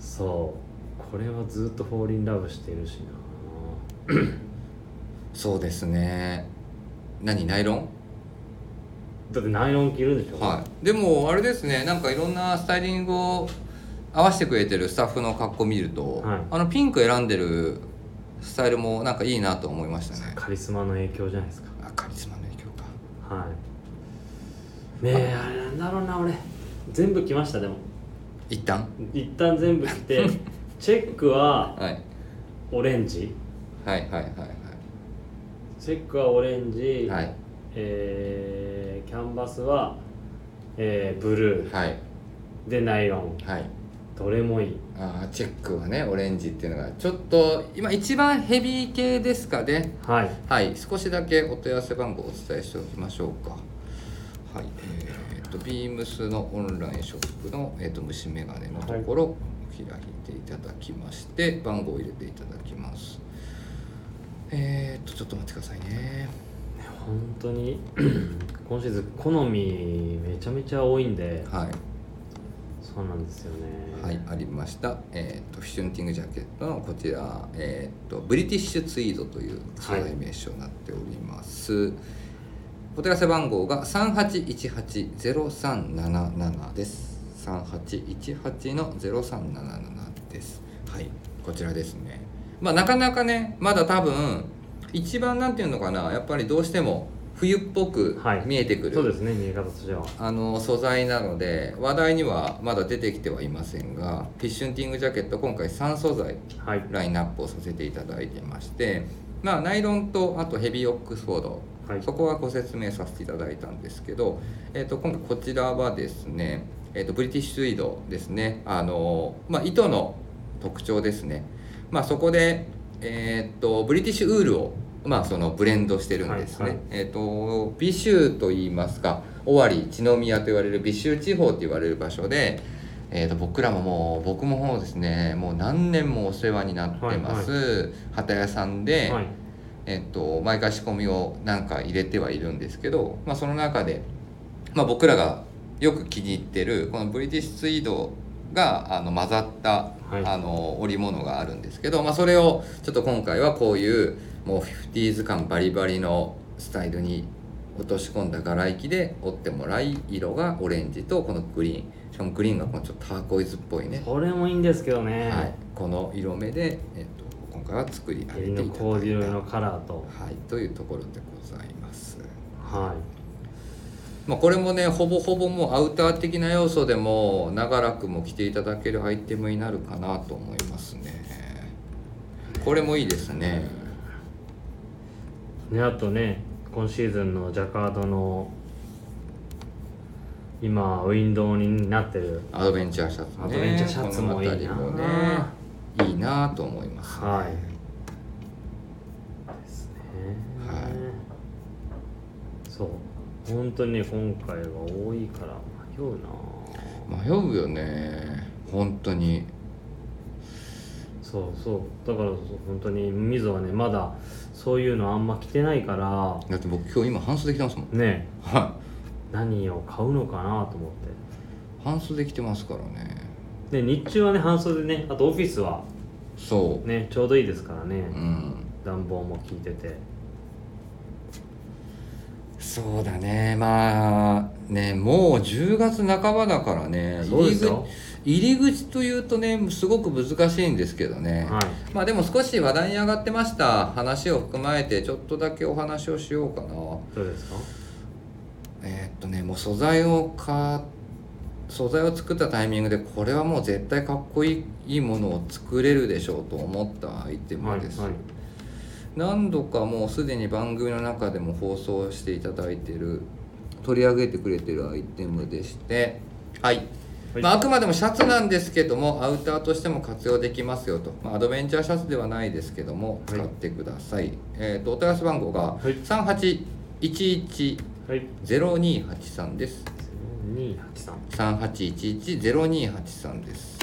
A: そうこれはずっとフォーリンラブしてるしな
B: そうですね何ナイロン
A: だってナイロン着るでしょ
B: はいでもあれですねなんかいろんなスタイリングを合わせてくれてるスタッフの格好見ると、
A: はい
B: あのピンク選んでるスタイルもなんかいいなと思いましたね
A: カリスマの影響じゃないですか
B: あカリスマの影響か
A: はいねえあれなんだろうな俺全部来ましたでも
B: 一旦
A: 一旦全部来 てチェックは
B: はい
A: オレンジ
B: はいはいはい
A: チェックはオレンジ、
B: はいはい
A: えーキャンバスは、えーブルー
B: はい
A: でナイロン
B: はい
A: どれもいい
B: あーチェックはねオレンジっていうのがちょっと今一番ヘビー系ですかね
A: はい
B: はい少しだけお問い合わせ番号をお伝えしておきましょうかはいえー、っとビームスのオンラインショップの、えー、っと虫眼鏡のところを開いていただきまして番号を入れていただきますえー、っとちょっと待ってくださいね
A: 本当に 今シーズン好みめちゃめちゃ多いんで
B: はい
A: そうなんですよね
B: はい、ありました。えっ、と、フィッシュンティングジャケットのこちら、えっ、と、ブリティッシュツイードという
A: はい
B: 違い名称になっております。お問い合わせ番号が三八一八ゼロ三七七です。三八一八のゼロ三七七です。はい、こちらですね。まあ、なかなかね、まだ多分。一番なんていうのかな、やっぱりどうしても冬っぽく
A: はい
B: 見えてくる。
A: そうですね見え方としては
B: あの素材なので話題にはまだ出てきてはいませんがフィッシュンティングジャケット今回3素材
A: はい
B: ラインナップをさせていただいてまして、まあ、ナイロンとあとヘビーオックスフォード、
A: はい
B: そこはご説明させていただいたんですけど、えー、と今回こちらはですね、えー、とブリティッシュツイードですねあの、まあ、糸の特徴ですね、まあ、そこで、えー、とブリティッシュウールを、まあ、そのブレンドしてるんですね、
A: はいはい
B: えー、と美州といいますか尾張地宮と言われる美州地方と言われる場所で、えー、と僕らももう僕ももうですねもう何年もお世話になってます、旗屋さんで、
A: はい
B: えっと、毎回仕込みをなんか入れてはいるんですけど、まあ、その中で、まあ、僕らがよく気に入ってるこのブリティッシュツイードがあの混ざった、
A: はい
B: あの織物があるんですけど、まあ、それをちょっと今回はこういうもう 50s 感バリバリのスタイルに落とし込んだ柄行きで織ってもらい色がオレンジとこのグリーンしかもグリーンがこのちょっとターコイズっぽいね、
A: これもいいんですけどね、
B: はい、この色目で、えっと、今回は作り上げてい
A: 襟
B: ただ
A: の
B: い
A: コーデュロイ
B: た
A: のカラーと
B: はい、というところでございます。
A: は
B: まあ、これもねほぼほぼもうアウター的な要素でも長らくも着ていただけるアイテムになるかなと思いますね。これもいいですね。
A: いねあとね今シーズンのジャカードの今ウィンドウになってる
B: アドベンチャーシャツね。
A: アドベンチャーシャツもいいな
B: この辺りもねいいなと思います、ね。
A: はいですね
B: は
A: そう本当にね今回は多いから迷うな
B: 迷うよね。本当に。
A: そそうそうだからそう本当にみぞはねまだそういうのあんま着てないから
B: だって僕今日今半袖着てますもん
A: ね
B: は
A: 何を買うのかなと思って
B: い半袖着てますからね
A: で日中はね半袖ねあとオフィスは
B: そ
A: ねちょうどいいですからね、
B: ううん
A: 暖房も効いてて
B: そうだねまあねもう10月半ばだからね
A: そうですよ
B: 入り口入り口というとねすごく難しいんですけどね、
A: はい
B: まあでも少し話題に上がってました話を含まえてちょっとだけお話をしようかな
A: どうですか
B: えーっとねもう素材を買素材を作ったタイミングでこれはもう絶対かっこいいものを作れるでしょうと思ったアイテ
A: は
B: ム
A: い
B: です、
A: はい
B: 何度かもうすでに番組の中でも放送していただいてる取り上げてくれてるアイテムでしてはい、
A: はい
B: まあ、あくまでもシャツなんですけどもアウターとしても活用できますよと、まあ、アドベンチャーシャツではないですけども
A: はい
B: 使ってください、えーとお問い合わせ番号が
A: はい
B: 38110283
A: はい
B: です
A: 283
B: 38110283です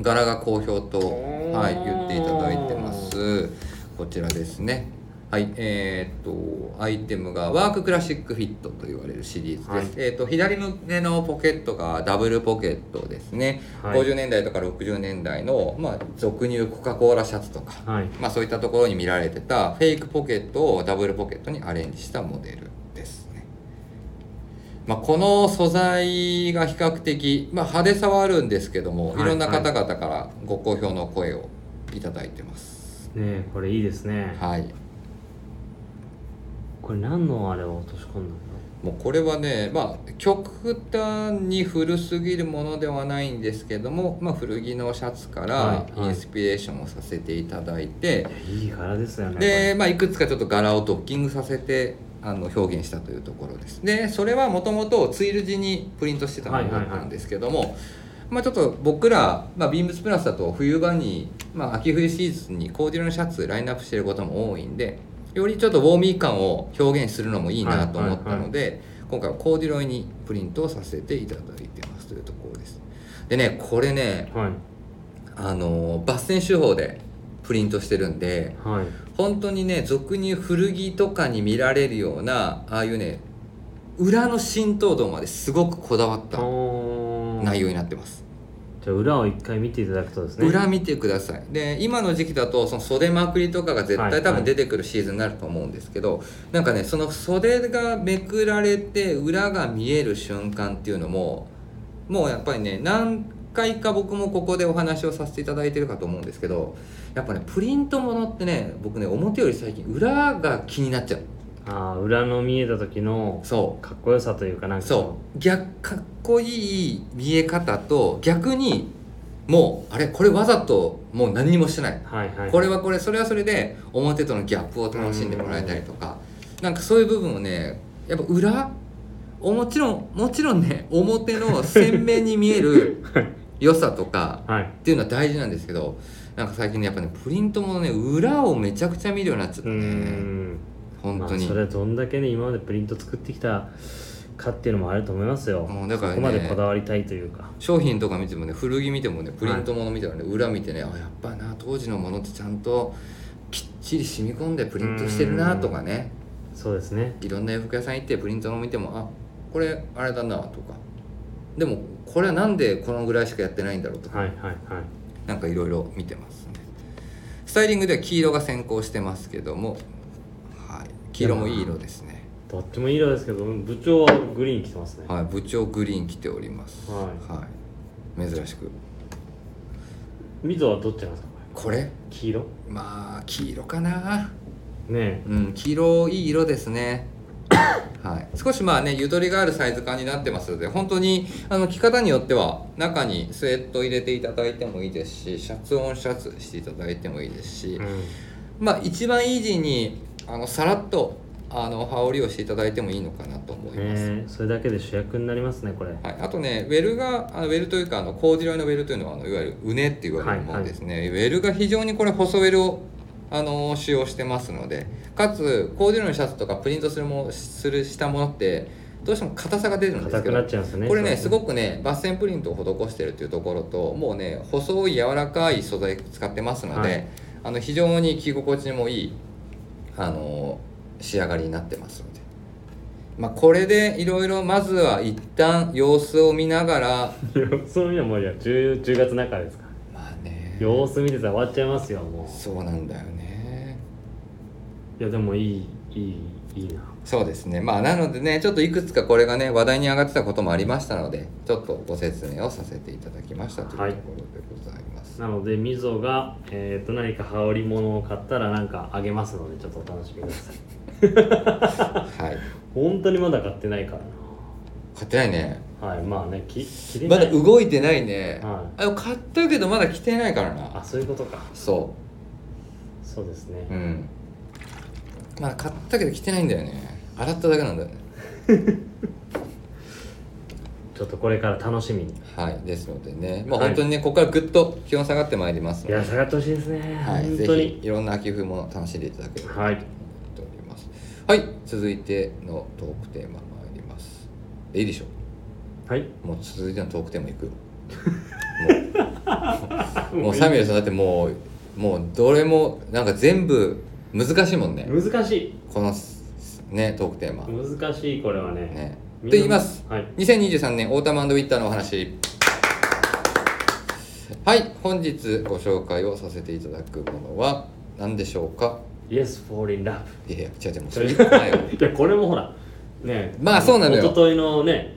B: 柄が好評と、
A: おー
B: はい、言っていただいてますこちらですねはいえーっとアイテムがワーククラシックフィットと言われるシリーズです、えーっと左胸のポケットがダブルポケットですね、
A: はい
B: 50年代とか60年代の、まあ、俗に言うコカ・コーラシャツとか、
A: はい
B: まあ、そういったところに見られてたフェイクポケットをダブルポケットにアレンジしたモデルですね、まあ、この素材が比較的、まあ、派手さはあるんですけども、
A: はい
B: いろんな方々からご好評の声をいただいてます
A: ねえこれいいですね
B: はい
A: これ何のあれを落とし込んだんだ
B: もうこれはねまあ極端に古すぎるものではないんですけども、まあ、古着のシャツか
A: は
B: ら
A: いはい
B: インスピレーションをさせていただいて、
A: ろういやいい柄ですよね
B: で、まあ、いくつかちょっと柄をドッキングさせてあの表現したというところですでそれはもともとツイル地にプリントしてたものだったんですけども、まあ、ちょっと僕ら、まあ、ビームスプラスだと冬場に、まあ、秋冬シーズンにコーデュロのシャツラインナップしてることも多いんでよりちょっとウォーミー感を表現するのもいいなと思ったので、今回はコーデュロイにプリントをさせていただいてますというところですでねこれね
A: これはい
B: あの抜線手法でプリントしてるんで
A: はい
B: 本当にね俗に古着とかに見られるようなああいうね裏の浸透度まですごくこだわった
A: おー
B: 内容になってます、
A: じゃあ裏を一回見ていただくとですね
B: 裏見てくださいで今の時期だとその袖まくりとかが絶
A: はい
B: 対多分出てくるシーズンになると思うんですけど、なんかねその袖がめくられて裏が見える瞬間っていうのももうやっぱりね何回か僕もここでお話をさせていただいてるかと思うんですけどやっぱねプリントものってね僕ね表より最近裏が気になっちゃう
A: あー裏の見えた時の
B: そ
A: かっこよさというかなん
B: う
A: か
B: そう逆かっこいい見え方と逆にもうあれこれわざともう何にもしてない
A: はいはい
B: これはこれそれはそれで表とのギャップを楽しんでもらえたりとかなんかそういう部分をねやっぱ裏おもちろんもちろんね表の鮮明に見える良さとか
A: はい
B: っていうのは大事なんですけどなんか最近ねやっぱねプリントもね裏をめちゃくちゃ見るようになっちゃ
A: う
B: った
A: ー
B: ね
A: ん
B: 本当
A: まあ、
B: に
A: それはどんだけね今までプリント作ってきたかっていうのもあると思いますよ、
B: うんだから
A: そ
B: ね
A: こまでこだわりたいというか
B: 商品とか見てもね古着見てもねプリントもの見てもね、裏見てねあやっぱな当時のものってちゃんときっちり染み込んでプリントしてるなとかね
A: そうですね
B: いろんな洋服屋さん行ってプリントの見てもあこれあれだなとかでもこれはなんでこのぐらいしかやってないんだろうとか、
A: はいはいはい
B: なんかいろいろ見てますねスタイリングでは黄色が先行してますけども、はい、黄色もいい色ですね、
A: どっちもいい色ですけど部長はグリーン着てますね
B: はい、部長グリーン着ております、
A: は
B: はい、珍しく
A: 溝はどっちなんですかこれ
B: これ
A: 黄色ね
B: まあ黄色かな
A: え
B: うん、黄色いい色ですね。はい、少しまあねゆとりがあるサイズ感になってますので本当にあの着方によっては中にスウェット入れていただいてもいいですしシャツオンシャツしていただいてもいいですし、
A: う
B: まあ一番イージーにあのさらっとあの羽織をしていただいてもいいのかなと思
A: ん、
B: います、
A: ねえそれだけで主役になりますねこれ
B: はい、あとねウェルがあのウェルというかあのコーデュロイのウェルというのはあのいわゆるうねって言われるものですね、ウェルが非常にこれ細ウェルをあの使用してますのでかつコーデュロイのシャツとかプリントするもするしたものってどうしても硬さが出るんです
A: 硬
B: け
A: く
B: ど
A: なっちゃうんですよね
B: これねす
A: そう
B: ごくね抜線プリントを施してるっていうところともうね細い柔らかい素材使ってますので、
A: はい
B: あの非常に着心地もいいあの仕上がりになってますので、まあ、これでいろいろまずは一旦様子を見な がら
A: その意味はもういや 10, 10月中ですから
B: まあね
A: 様子見てたら終わっちゃいますよも
B: そうなんだよね
A: ういやでもいいいいいいな
B: そうですねまあなのでねちょっといくつかこれがね話題に上がってたこともありましたのでちょっとご説明をさせていただきましたというところでございます、
A: なのでみぞが、えー、と何か羽織物を買ったらなんかあげますのでちょっとお楽しみください
B: はい
A: 本当にまだ買ってないから
B: 買ってないね
A: なはいまあねき切れな
B: ま
A: い
B: だ動いてないね、
A: は
B: あ買ったけどまだ着てないから
A: あ
B: な
A: そういうことか
B: そ
A: そうですね
B: ううんまだ買ったけど着てないんだよね洗っただけなんだよね
A: ちょっとこれから楽しみに
B: はいですのでねまあ
A: はい
B: 本当にね、ここからぐっと気温下がってまいりますの
A: い
B: で
A: や下がってほしいですね、
B: はい、
A: 本
B: ぜ
A: 当
B: ひ
A: に
B: いろんな秋冬も楽しんでいただければと思
A: は
B: っ
A: い
B: ておりますはい、続いてのトークテーマ参りますいいでしょ
A: はい、
B: うもう続いてのトークテーマい くよもうもうサミュエルさんだってもうもうどれもなんか全部難しいもんね
A: 難しい
B: このすすねトークテーマ、
A: 難しいこれはね
B: ね、
A: みんな
B: と言います
A: はい
B: 2023年オータムウィンターのお話はい本日ご紹介をさせていただくものは何でしょうか
A: Yes fall in love
B: いやいや違う違うもうそれ言ってないよ
A: いやこれもほらね
B: まあそうなのよ
A: 一昨日のね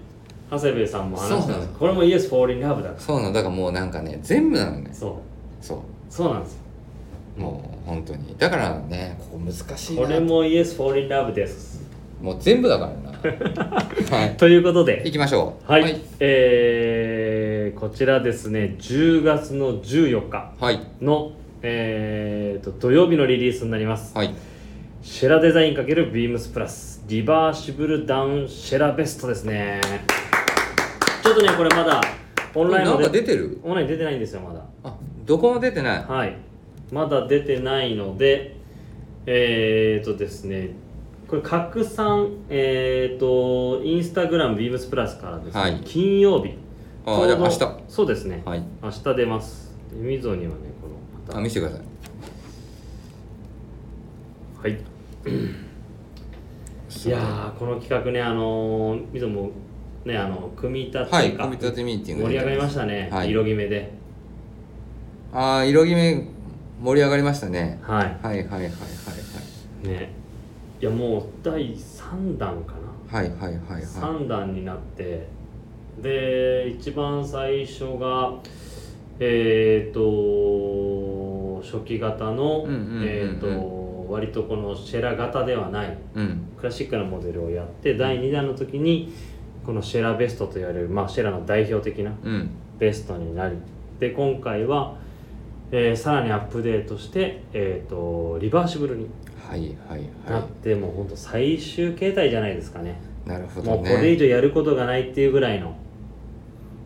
A: 長谷部さんも話し
B: そう
A: た
B: なんの
A: で
B: よ
A: すこれも Yes fall in love だか
B: そうなのだからもうなんかね全部なのね
A: らそ
B: そう
A: そうなんですよ
B: うもう本当にだからねここ難しいな
A: これも Yes fall in love です
B: もう全部だから なはい
A: ということで
B: 行きましょう
A: はい、えーこちらですね10月の14日
B: はい
A: の、えーと土曜日のリリースになります、
B: はい
A: シェラデザイン×ビームスプラスリバーシブルダウンシェラベストですねちょっとねこれまだオンライン
B: な
A: も
B: んか出
A: で
B: てる
A: オンライン出てないんですよまだ
B: あどこも出てない
A: はいまだ出てないのでえー、とですねこれ拡散えー、とインスタグラムビームスプラスからですね、
B: はい
A: 金曜日ち
B: あ
A: ょうど
B: じゃあ明日
A: そうですね、
B: はい
A: 明日出ますでみぞにはねこの
B: あ見せてください
A: はいいやーこの企画ねあのー、みぞもねあの組み立てか、
B: はい組み立てミーティング
A: 盛り上がりましたね、
B: はい
A: 色決めで
B: ああ色決め盛り上がりましたね
A: は
B: はいはいはいはい
A: いねいやもう第3弾か
B: はいはいはいは
A: な、
B: い
A: 三
B: は
A: 3弾になってで一番最初がえっ、と初期型の、
B: うんうんうんうん
A: えっ、と割とこのシェラ型ではない
B: いうん
A: クラシックなモデルをやって第2弾の時にこのシェラベストと言われる、まあ、シェラの代表的な
B: うん
A: ベストになりで今回は、えーさらにアップデートして、えー、とリバーシブルに
B: はいはい
A: なっ
B: は
A: て、もうほんと最終形態じゃないですかね
B: いなるほ
A: も
B: ど
A: うこれ以
B: ね
A: 上やることがないっていうぐらいの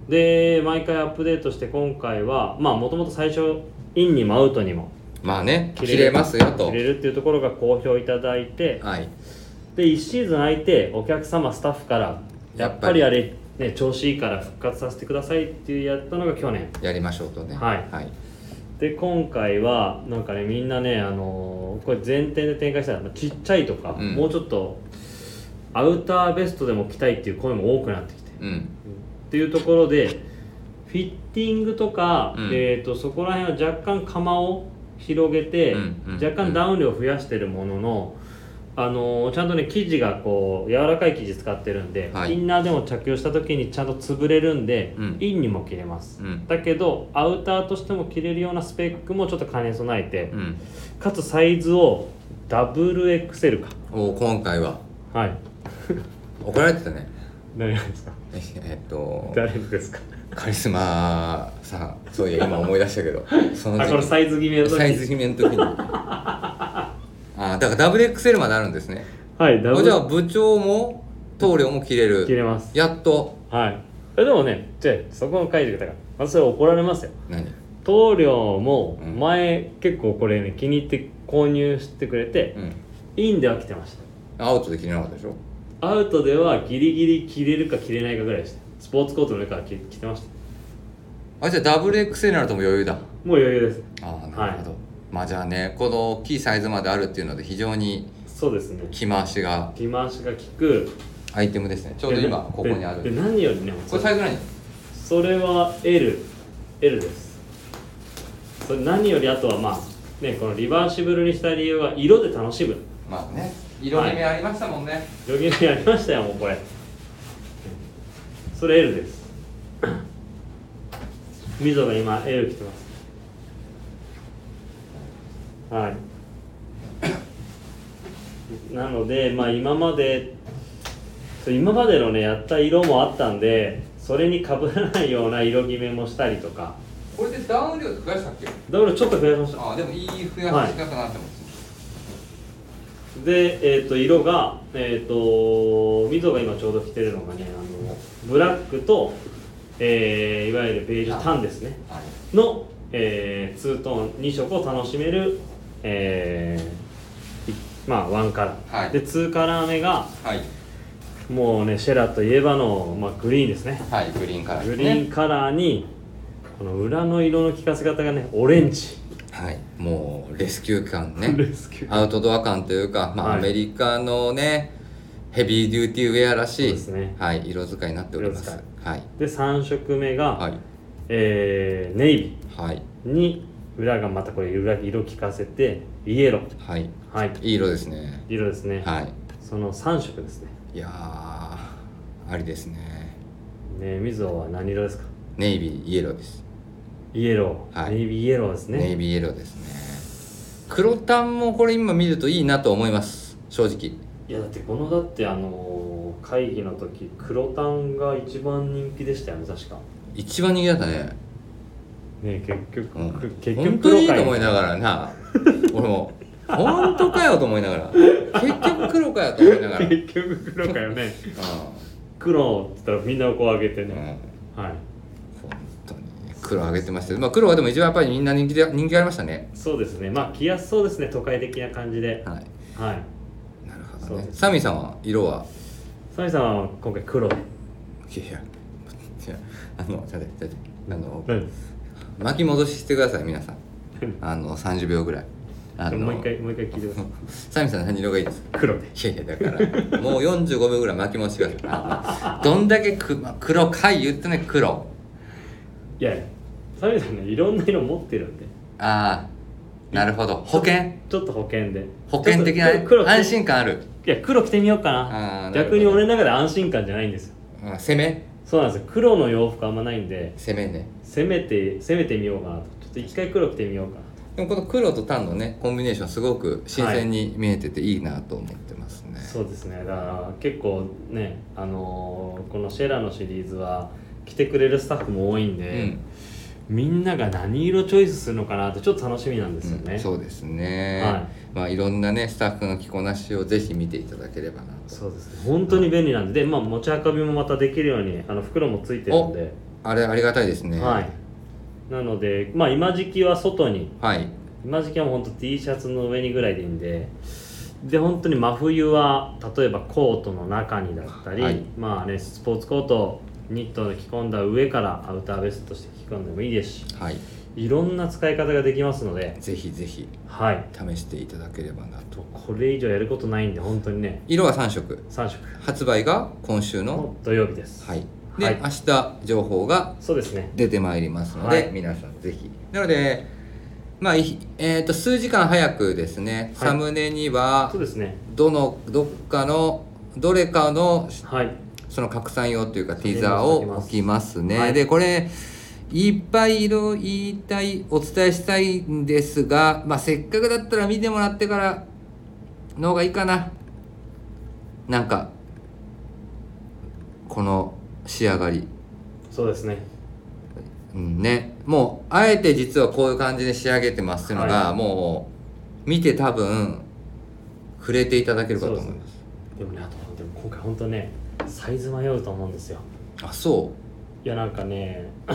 A: で毎回アップデートして今回はまあもともと最初インにもアウトにも
B: まあね切れますよと
A: 切れるっていうところが好評いただいて
B: はい
A: で1シーズン空いてお客様スタッフからやっぱりあれ、ね、調子いいから復活させてくださいっていうやったのが去年
B: やりましょうとね
A: はい
B: はい
A: で今回はなんかねみんなね、あのーこれ前提で展開したらまあちっちゃいとか、
B: うん
A: もうちょっとアウターベストでも着たいっていう声も多くなってきて、
B: うん
A: っていうところでフィッティングとか、
B: うん
A: えー、とそこら辺は若干釜を広げて、
B: うんうん
A: 若干ダウン量を増やしてるものの、あのーちゃんとね生地がこう柔らかい生地使ってるんで、
B: はい
A: インナーでも着用した時にちゃんと潰れるんで、
B: うん
A: インにも着れます、
B: うん
A: だけどアウターとしても着れるようなスペックもちょっと兼ね備えて、
B: うん
A: かつサイズをダブル XL か
B: おー今回は
A: はい
B: 怒られてたね
A: 誰ですか
B: えっと
A: 誰ですか
B: カリスマさんそういや今思い出したけ どその
A: あこの
B: 時
A: サイズ決めの時
B: サイズ決めの時 にあーだからダブル XL まであるんですね
A: はいダブ
B: あ
A: ル
B: じゃあ部長も棟梁も切れる
A: 切れます
B: やっと
A: はいえでもねじゃあそこの書いてくれたからまあそれ怒られますよ
B: 何
A: 棟梁も
B: うん
A: 前、結構これね気に入って購入してくれて
B: う、ん
A: いいんでは来てました
B: アウトで切れなかったでしょ
A: アウトではギリギリ切れるか切れないかぐらいでしたスポーツコートの上から着着てました
B: あじゃあダブル XL になるともう余裕だ
A: もう余裕です
B: ああなるほど、まあじゃあねこの大きいサイズまであるっていうので非常に
A: そうですね
B: 着回しが
A: 着回しが効く
B: アイテムですねちょうど今ここにあ
A: で
B: る
A: で何よりね
B: これサイズ何
A: それは LL ですそれ何よりあとはまあねこのリバーシブルにした理由は色で楽しむ
B: まあね色決めありましたもんね、
A: 余儀にやりましたよもうこれそれ L ですみぞが今 L 着てますはいなのでまあ今までそう今までのねやった色もあったんでそれにかぶらないような色決めもしたりとか
B: これでダウン量増やしたっけ
A: だからちょっと増やしました
B: ああでもいい増やし方なってます、
A: で、えー、と色が、えー、と溝が今ちょうど着てるのがねあのブラックと、えーいわゆるベージュタンですね
B: はい
A: の、えーツートーン2色を楽しめる、えーいまあ、ワンカラー、
B: はい
A: で2カラー目が
B: はい、
A: もうねシェラといえばの、まあ、グリーンですね
B: はい、グリーンカラー
A: グリ
B: ですね
A: ーンカラーにこの裏の色の効かせ方がねオレンジ、
B: はいもうレスキュー感ね
A: レスキュー
B: アウトドア感というか、まあ
A: はい
B: アメリカのねヘビーデューティーウェアらしい
A: そうですね
B: はい、色使いになっております
A: 色
B: はい
A: で3色目が、
B: はい
A: えーネイビー
B: はい
A: に裏がまたこれ裏色効かせてイエロー
B: はい
A: はい
B: いい色ですね
A: 色ですね、
B: はい
A: その3色ですね
B: いやーありですね
A: ねみぞは何色ですか
B: ネイビーイエローです
A: イエロー、
B: はい
A: ネイビーイエローですね
B: ネイビーイエローですね黒単もこれ今見るといいなと思います正直
A: いやだってこのだってあのー会議の時黒タンが一番人気でしたよね確か
B: 一番人気だったね、
A: ね結局、
B: うん、
A: く結
B: 本
A: 局
B: 当
A: 黒
B: にいい
A: 会
B: と思いながらな俺も本当かよと思いながら結局黒かよと思い ながら、うん
A: 結局黒かよね 黒って言ったらみんなをこう上げて
B: うん、
A: ね、
B: 本
A: はい
B: 当に黒上げてましたけどまあ黒はでも一番やっぱりみんな人気で人気ありましたね
A: そうですねまあ着やすそうですね都会的な感じで
B: はい
A: はい
B: なるほど
A: そう
B: ね
A: です
B: サミーさんは色は
A: サミさんは今回黒で
B: いやいやいやあのちょっと待ってちょっと待ってあの
A: 何
B: 巻き戻ししてください皆さんあの30秒ぐらいあの
A: もう一回もう一回聞いてください
B: サミーさん何色がいいですか
A: 黒で
B: いやいやだからもう45秒ぐらい巻き戻してくださいどんだけく、まあ、黒かい言ってね黒
A: いやいやサミさんねいろんな色持ってるんで
B: ああなるほど保険
A: ちょっと保険で
B: 保険的な
A: ちょっと黒
B: 安
A: 安心
B: 心感ある
A: いや黒着てみようかな
B: あーなるほど
A: 逆に俺の中で安心感じゃないんですよ
B: うん攻め
A: そうなんですよ黒の洋服あんまないんで
B: 攻めね
A: 攻めて攻めてみようかなとちょっと一回黒着てみようかな
B: でもこの黒と単のねコンビネーションすごく新鮮に見えてていいなと思ってますね、
A: とそうですねだから結構ねあのーこのシェラのシリーズは着てくれるスタッフも多いんで、
B: うん
A: みんなが何色チョイスするのかなってちょっと楽しみなんですよね、
B: うんそうですね、
A: はい
B: まあいろんなねスタッフの着こなしをぜひ見ていただければなと
A: そうですね本当に便利なんでで、まあ、持ち運びもまたできるようにあの袋もついてるんで、
B: あれありがたいですね
A: はいなのでまあ今時期は外に
B: はい
A: 今時期はもう本当 T シャツの上にぐらいでいいんでで本当に真冬は例えばコートの中にだったり、
B: はい
A: まあねスポーツコートニットで着込んだ上からアウターベストとして着込んでもいいですし
B: はい
A: いろんな使い方ができますので
B: ぜひぜひ
A: はい
B: 試していただければなと
A: とこれ以上やることないんで本当にね
B: 色は3色
A: 3色
B: 発売が今週の
A: の土曜日です、
B: はいで、
A: はい
B: 明日情報が
A: そうですね
B: 出てまいりますので、
A: はい
B: 皆さんぜひなのでまあ、いえー、と数時間早くですね、
A: はい
B: サムネには
A: そうですね
B: どのどっかのどれかの
A: はい
B: その拡散用というかティザーを置きますね。
A: はい
B: でこれいっぱい色々言いたいお伝えしたいんですが、まあ、せっかくだったら見てもらってからの方がいいかな。なんかこの仕上がり。
A: そうですね
B: うんね、もうあえて実はこういう感じで仕上げてますっていうのが、
A: は
B: もう見て多分触れていただけるかと思います。
A: でもねあとでも今回本当ねサイズ迷うと思うんですよ
B: あそ
A: いやなんかね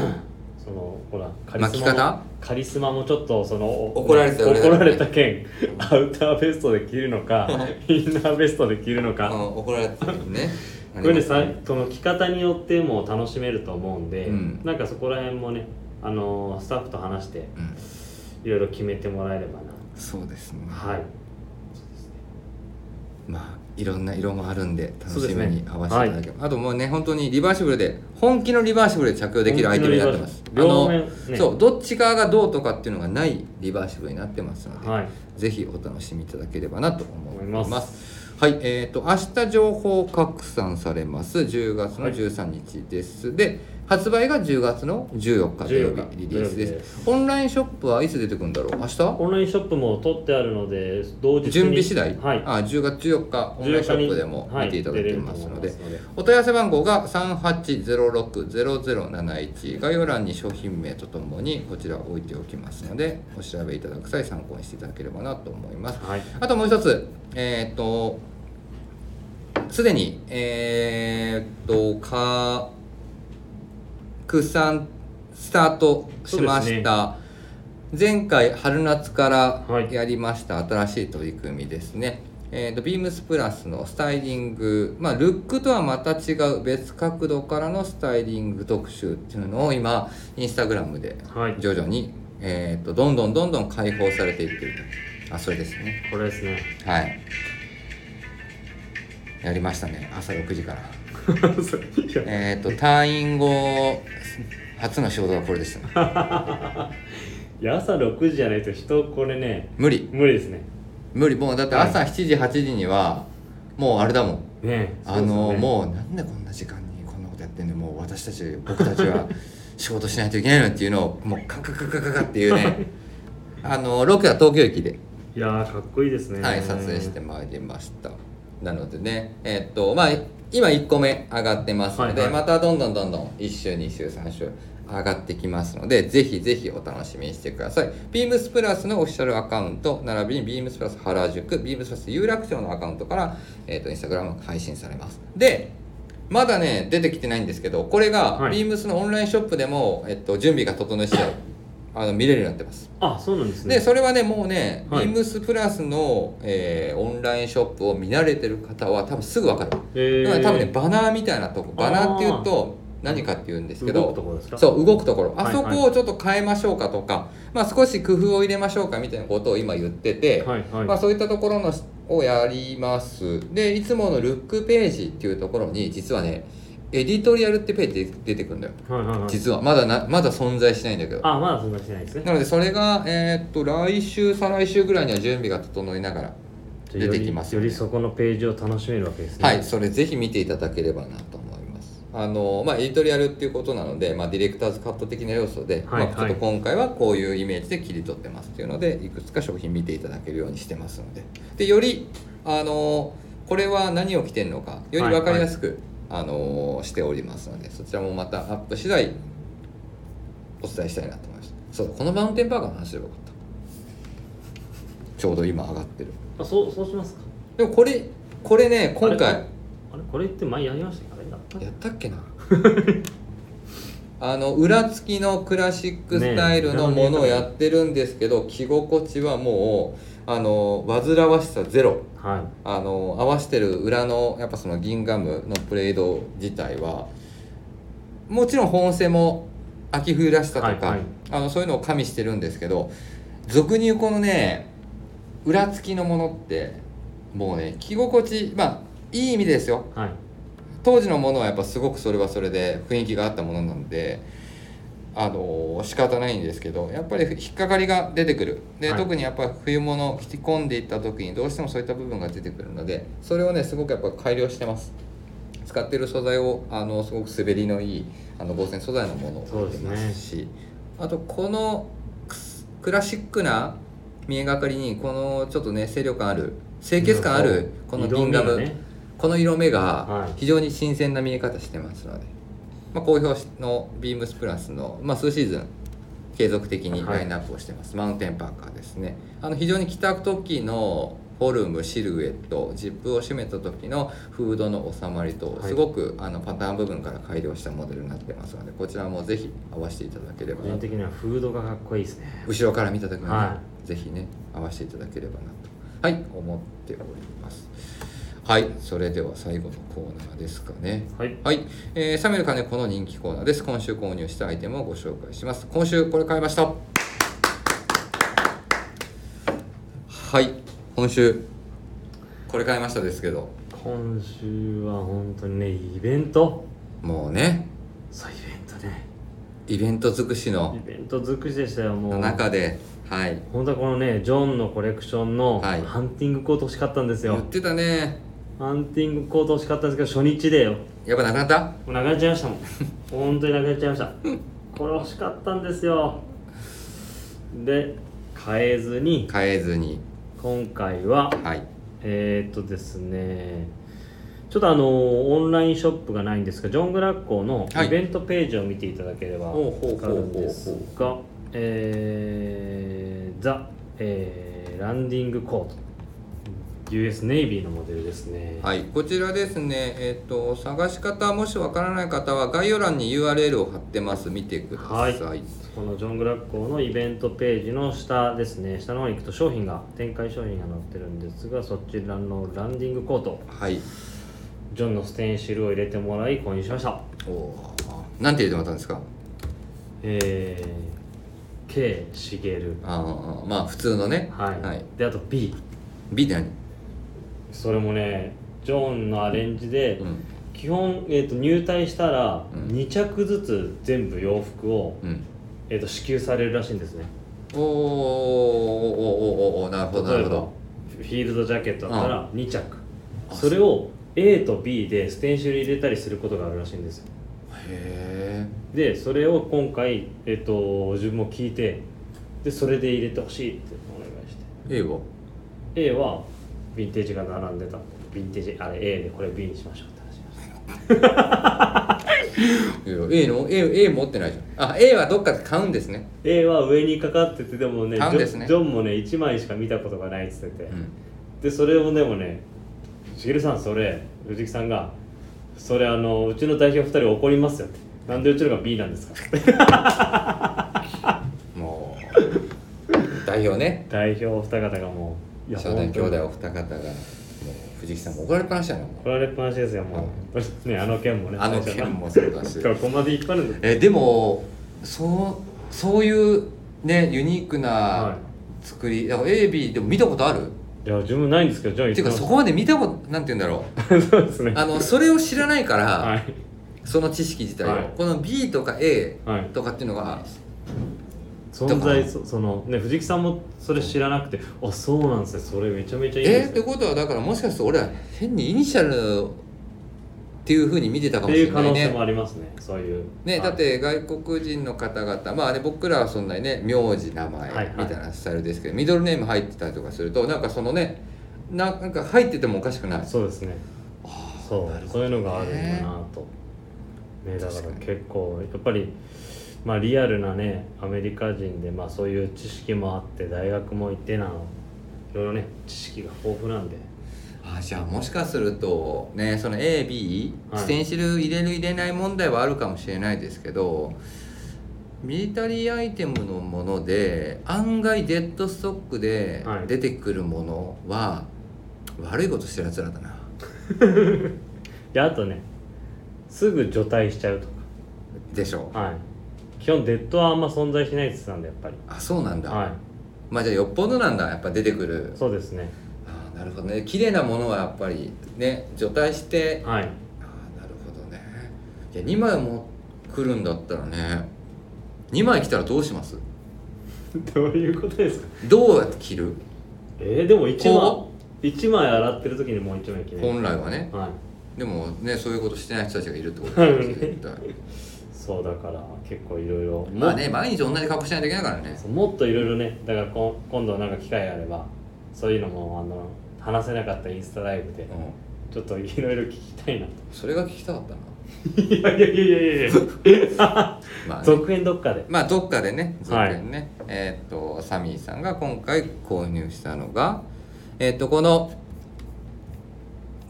A: そのほらカ
B: 巻き方
A: もカリスマもちょっとそのお
B: 怒られたよね
A: 怒られた件アウターベストで着るの かインナーベストで着るの
B: あ
A: か
B: 怒られてる ね
A: これねさその着方によっても楽しめると思うんで、
B: うん
A: なんかそこら辺もねあのースタッフと話して
B: うん
A: いろいろ決めてもらえればな
B: そうですね
A: はい
B: まあいろんな色もあるんで楽
A: そうで
B: し
A: す
B: み
A: ね
B: に合わせていただければ、あともうね本当にリバーシブルで本気のリバーシブルで着用できるアイテムになってますあ
A: 両
B: の、
A: 面ね
B: そうどっち側がどうとかっていうのがないリバーシブルになってますので、
A: はい
B: ぜひお楽しみいただければなと思います
A: 思いま
B: はいえー、と明日情報拡散されます10月の13日です、で発売が10月の14日土曜
A: 14
B: 日
A: 日
B: リリースです
A: 土曜日で
B: オンラインショップはいつ出てくるんだろう明日
A: オンラインショップも取ってあるので同日に
B: 準備次第、
A: はい
B: あ10月14日オンラインショップでも見ていただけますので、
A: はい出れると思います
B: お問い合わせ番号が38060071概要欄に商品名とともにこちら置いておきますのでお調べいただく際参考にしていただければなと思います
A: はい
B: あともう一つえーっとすでにえーっとかくさんスタートしま
A: そうで
B: し
A: す
B: た、前回春夏から
A: はい
B: やりました新しい取り組みですね、えー、とビームスプラスのスタイリング、まあ、ルックとはまた違う別角度からのスタイリング特集っていうのを今インスタグラムで
A: はい
B: 徐々に、えー、とどんどんどんどん解放されていってるとあそれですね
A: これですね
B: はいやりましたね朝6時から
A: いや
B: えっ、と退院後初の仕事がこれでしたね
A: いや朝6時じゃないと人これね
B: 無理
A: 無理ですね
B: 無理もうだって朝7時8時にはもうあれだもん
A: ね
B: あの
A: う
B: もうなんでこんな時間にこんなことやってんのもう私たち僕たちは仕事しないといけないのっていうのをもうカンカンカンカンカンカンっていうねあのロケは東京駅で、
A: いやーかっこいいですね
B: はい、撮影してまいりましたなのでねえっとまあ今1個目上がってますので、
A: はいはい
B: またどんどんどんどん1週2週3週上がってきますのでぜひぜひお楽しみにしてくださいビームスプラスのオフィシャルアカウント並びにビームスプラス原宿ビームスプラス有楽町のアカウントから、えっとインスタグラムが配信されますでまだね出てきてないんですけどこれが、
A: はい
B: ビームスのオンラインショップでも、えっと、準備が整い次第あの見れるようになってます
A: あそうなんですね
B: でそれはねもうね、
A: はい
B: ビームスプラスの、えーオンラインショップを見慣れてる方は多分すぐ分か
A: え
B: る、だから
A: ー、
B: 多分ねバナーみたいなとこバナーっていうと何かっていうんですけ
A: 動
B: ど
A: くところですか
B: そう動くところあ
A: はい
B: そこをちょっと変えましょうかとか、まあ、少し工夫を入れましょうかみたいなことを今言ってて、
A: はいはい、
B: まあ、そういったところのをやりますでいつものルックページっていうところに実はねエディトリアルってページ出てくるんだよ
A: はいはいはい
B: 実はまだなまだ存在しないんだけど
A: あまだそんなしてないですね
B: なのでそれが、えーっと来週再来週ぐらいには準備が整いながら、出てきます
A: よ
B: よ
A: り
B: ね
A: よりそこのページを楽しめるわけですね
B: はいそれぜひ見ていただければなと思いますあのまあエディトリアルっていうことなので、まあ、ディレクターズカット的な要素で、
A: はいはい
B: まあ、ちょっと今回はこういうイメージで切り取ってますっていうのでいくつか商品見ていただけるようにしてますのででよりあのこれは何を着てるのかより分かりやすく、あのしておりますのでそちらもまたアップ次第お伝えしたいなと思いますそうだこのマウンテンバーガーの話でよかったちょうど今上がってる
A: あそうそうしますか
B: でもこれこれね今
A: あれ
B: 回
A: あれこれって前やりましたっけあれやったっけ
B: やったっけな あの裏付きのクラシックスタイルのものをやってるんですけど、着心地はもうあの煩わしさゼロ
A: はい
B: あの合わせてる裏のやっぱそのギンガムのプレイド自体はもちろん本性も秋冬らしさとか、
A: はいはい
B: あのそういうのを加味してるんですけど俗に言うこのね裏付きのものってもうね着心地まあいい意味ですよ
A: はい
B: 当時のものはやっぱすごくそれはそれで雰囲気があったものなのであの仕方ないんですけどやっぱり引っかかりが出てくるで、
A: はい
B: 特にやっぱ冬物を着込んでいった時にどうしてもそういった部分が出てくるのでそれをねすごくやっぱ改良してます使ってる素材をあのすごく滑りのいいあの合成素材のものを
A: そうで
B: て
A: すね
B: ますしあとこのクスクラシックな見えがかりにこのちょっとね清涼感ある清潔感あるこのギンガ
A: 色
B: ム、
A: 味がね
B: この色目
A: は
B: が
A: い
B: 非常に新鮮な見え方してますので、まあ、好評のビームスプラスの、まあ、数シーズン継続的にラインナップをしてます、マウンテンパーカーですねあの非常に帰宅時のフォルムシルエットジップを締めた時のフードの収まりと
A: はい
B: すごくあのパターン部分から改良したモデルになってますのでこちらもぜひ合わせていただければ
A: 個
B: な
A: 人
B: と
A: 的にはフードがかっこいいですね
B: 後ろから見た時に、ね
A: は
B: ぜひね合わせていただければなとはい思っておりますはいそれでは最後のコーナーですかね
A: はい
B: はい、えー、サミュエル金子の人気コーナーです今週購入したアイテムをご紹介します今週これ買いましたはい今週これ買いましたですけど
A: 今週は本当にねイベント
B: もうね
A: そうイベントね
B: イベント尽くしの
A: イベント尽くしでしたよもう
B: 中ではい
A: 本当はこのねジョンのコレクションの
B: はい
A: ハンティングコート欲しかったんですよ、
B: 言ってたね
A: ハンティングコート欲しかったんですけど初日でよも
B: やっぱなくなった
A: うなくなっちゃいま したもん本当になくなっちゃいましたこれ欲しかったんですよで変えずに
B: 変えずに
A: 今回は
B: はい
A: えー、っとですねちょっとあのオンラインショップがないんですがジョン・グラッコーの
B: はい
A: イベントページを見ていただければ
B: ほうほ
A: 分
B: うほうほう
A: かるんですがえーザ、えーランディングコート US ネイビーのモデルですね
B: はい、こちらですね、えっと探し方もしわからない方は概要欄に URL を貼ってます見てください、
A: はこのジョン・グラッコーのイベントページの下ですね下の方に行くと商品が展開商品が載ってるんですがそちらのランディングコート
B: はい、
A: ジョンのステンシルを入れてもらい購入しました
B: おおーなんて入れてもらったんですか
A: えー、K しげる
B: あーまあ普通のね
A: はい、
B: はい、
A: であと B
B: B って何、
A: それもねジョンのアレンジで、
B: うん
A: 基本、えー、と入隊したら
B: うん
A: 2着ずつ全部洋服を、
B: うん、
A: えー、と支給されるらしいんですね
B: おーおーおーおーおーおーなるほどな
A: 例え
B: るほ
A: ば
B: ど
A: フィールドジャケットだったら2着、
B: あ
A: それを A と B でステンシル入れたりすることがあるらしいんですよ
B: へ
A: でそれを今回、えー、と自分も聞いてでそれで入れてほしいってお願いして
B: え A を
A: A はヴィンテージが並んでたんでヴィンテージあれ A でこれ B にしましょうって話しました
B: いや A の A, A 持ってないじゃんあ A はどっかで買うんですね、
A: A は上にかかっててでもね
B: 買うんですね
A: ジョンジョンもね1枚しか見たことがないっつってて、
B: うん、
A: でそれをでもね「しげるさんそれ藤木さんがそれあのうちの代表2人怒りますよ」って「なんでうちのが B なんですか?」って
B: もう代表ね
A: 代表お二方がもうい
B: 少年兄
A: 本当
B: 弟
A: に
B: お二方がもう藤木さんも怒られっぱなしやなもう
A: 怒られっぱなしですよもうねあの件もね
B: あの
A: 最初
B: 件もそう だし
A: 今日ここまで引っ張るんです
B: えでもそうそういうねユニーク
A: は
B: な作り、だから AB でも見たことあるっ
A: いや自分ないんですけどジョン
B: てい
A: 言
B: う
A: って
B: か
A: まし
B: そ
A: た
B: こまで見たことなんて言うんだろ
A: そうですね
B: うあのそれを知らないから、
A: はい
B: その知識自体を、
A: はい
B: この B とか A
A: はい
B: とかっていうのが
A: 存在
B: とか
A: そそのね藤木さんもそれ知らなくてあそうなんですねそれめちゃめちゃいい
B: え
A: で
B: っ
A: す
B: て
A: ね
B: ことはだからもしかすると俺は変にイニシャルっていうふうに見てたか
A: っ
B: も
A: て
B: し
A: い
B: れ
A: う可
B: ない
A: 能性
B: ね
A: もありますねそういう
B: ね、
A: はい
B: だって外国人の方々まあね僕らはそんなにね名字名前
A: はいはい
B: みたいなスタイルですけど、ミドルネーム入ってたりとかするとなんかそのねななんか入っててもおかしくない
A: そうですねそうそういうのがあるんだなとねだから
B: 確かに
A: 結構やっぱりまあリアルなねアメリカ人でまあそういう知識もあって大学も行ってなのいろいろね知識が豊富なんで
B: あじゃあもしかするとねその AB、
A: はい
B: ステンシル入れる入れない問題はあるかもしれないですけどミリタリーアイテムのもので案外デッドストックで
A: はい
B: 出てくるものは、悪いことしてるやつらだな
A: であとねすぐ除隊しちゃうと
B: でしょ
A: かはい基本デッドはあんま存在しないって言ってたんでやっぱり
B: あそうなんだ、
A: は
B: まあじゃあよっぽどなんだやっぱ出てくる
A: いそうですね
B: あーなるほどね綺麗なものはやっぱりね除隊してあ
A: はい
B: ーなるほどねいや2枚も来るんだったらね2枚来たらどうします
A: どういうことですか
B: どうやって着る
A: えー、でも1枚
B: こ
A: 一枚洗ってる時にもう1枚着ない
B: 本来はね
A: はい
B: でもねそういうことしてない人たちがいるってことだよね絶対
A: そうだから結構いろいろ
B: まあね毎日同じ格好しないといけないからね
A: そうもっといろいろねだからこん今度なんか機会があればそういうのもあの話せなかったインスタライブで
B: うん
A: ちょっといろいろ聞きたいなと
B: それが聞きたかったない
A: やいやいやいやいやいや
B: ま あね
A: 続編どっかで
B: まあどっかでね、
A: はい
B: 続編ねえーっとサミーさんが今回購入したのが、えっと、この、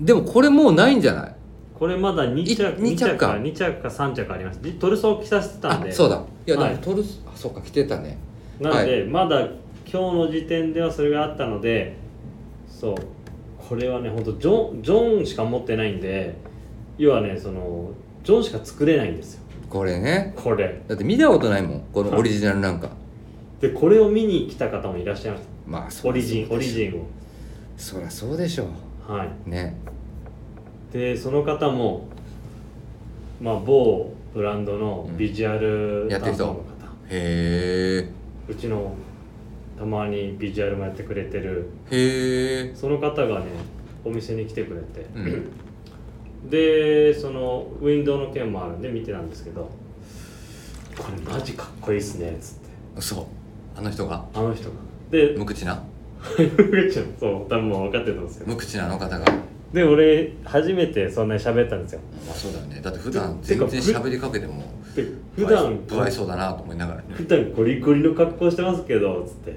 B: でもこれもうないんじゃない
A: これまだ2着
B: い二着か
A: 2着か3着ありますトルソー着させてたん
B: あ
A: で、
B: そうだ。いや、で
A: は
B: も
A: い
B: トルス、あ、そっか、来てたね。
A: なので、まだ今日の時点ではそれがあったのでそうこれはね本当ジョンジョンしか持ってないんで要はねそのジョンしか作れないんですよ
B: これね。
A: これ
B: だって見たことないもん、このオリジナルなんか。
A: でこれを見に来た方もいらっしゃいまし
B: まあ、
A: たオリジンオリ
B: ン。
A: ジン
B: そりゃそうでしょ。
A: をはいう
B: ね。
A: でその方も、まあ、某ブランドのビジュアル
B: うんやってる
A: 担当
B: 人
A: の方、
B: へ
A: うちのたまにビジュアルもやってくれてる
B: え。へえ。
A: その方がねお店に来てくれて、
B: うん。
A: でそのウィンドウの件もあるんで見てたんですけど「これマジかっこいいっすね」っつって
B: そう。あの人が、
A: あの人がで
B: 無口な、
A: ちゃんそう多分もう分かってたんですけど
B: 無口なあの方が。
A: で俺初めてそんなに喋ったんですよ
B: まあそうだよね。だって普段
A: て
B: 全
A: か
B: 然喋りかけても、
A: で普段
B: 不愛想だなと思いながらね。
A: 普段ゴリゴリの格好してますけどつってや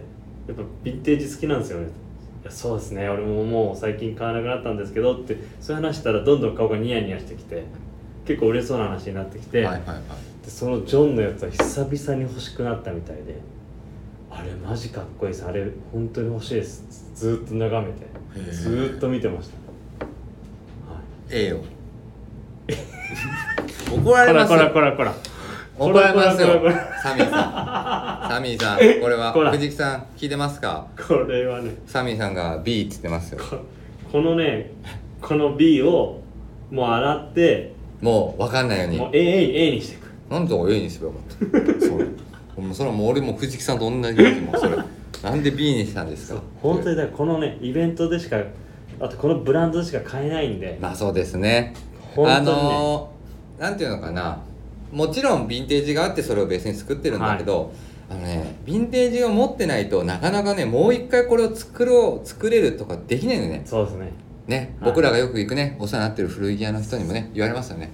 A: っぱヴィンテージ好きなんですよねいやそうですね俺ももう最近買わなくなったんですけどってそういう話したらどんどん顔がニヤニヤしてきて結構売れそうな話になってきて、
B: はいはいはい。
A: でそのジョンのやつは久々に欲しくなったみたいであれマジかっこいいですあれ本当に欲しいですずーっと眺めて
B: へー
A: ずーっと見てました、は
B: ええ よ。怒ら
A: い、こ
B: れま
A: ら
B: す
A: こらこ
B: よ。
A: らこら
B: 怒られますよ
A: こらこらこら。
B: サミーさん。サ ミーさん、これ
A: こら
B: は藤木さん聞いてますか？
A: これはね
B: サミーさんが B って言ってますよ。
A: ここのねこの B をもう洗って
B: もうわかんないように
A: もう。A, A にしていく
B: なんで A にすればよかった。それ。もうそれはもう俺も藤木さんと同じですもん それ。なんで B にしたんですか？
A: 本当にだからこのねイベントでしかあとこのブランドでしか買えないんで
B: まあそうですね。
A: 本当にね
B: あのーなんていうのかなもちろんヴィンテージがあってそれをベースに作ってるんだけど、あのねヴィンテージを持ってないとなかなかねもう一回これを作ろう作れるとかできないのよね
A: そうですね
B: ね
A: はい
B: 僕らがよく行くねお世話になってる古着屋の人にもね言われます よね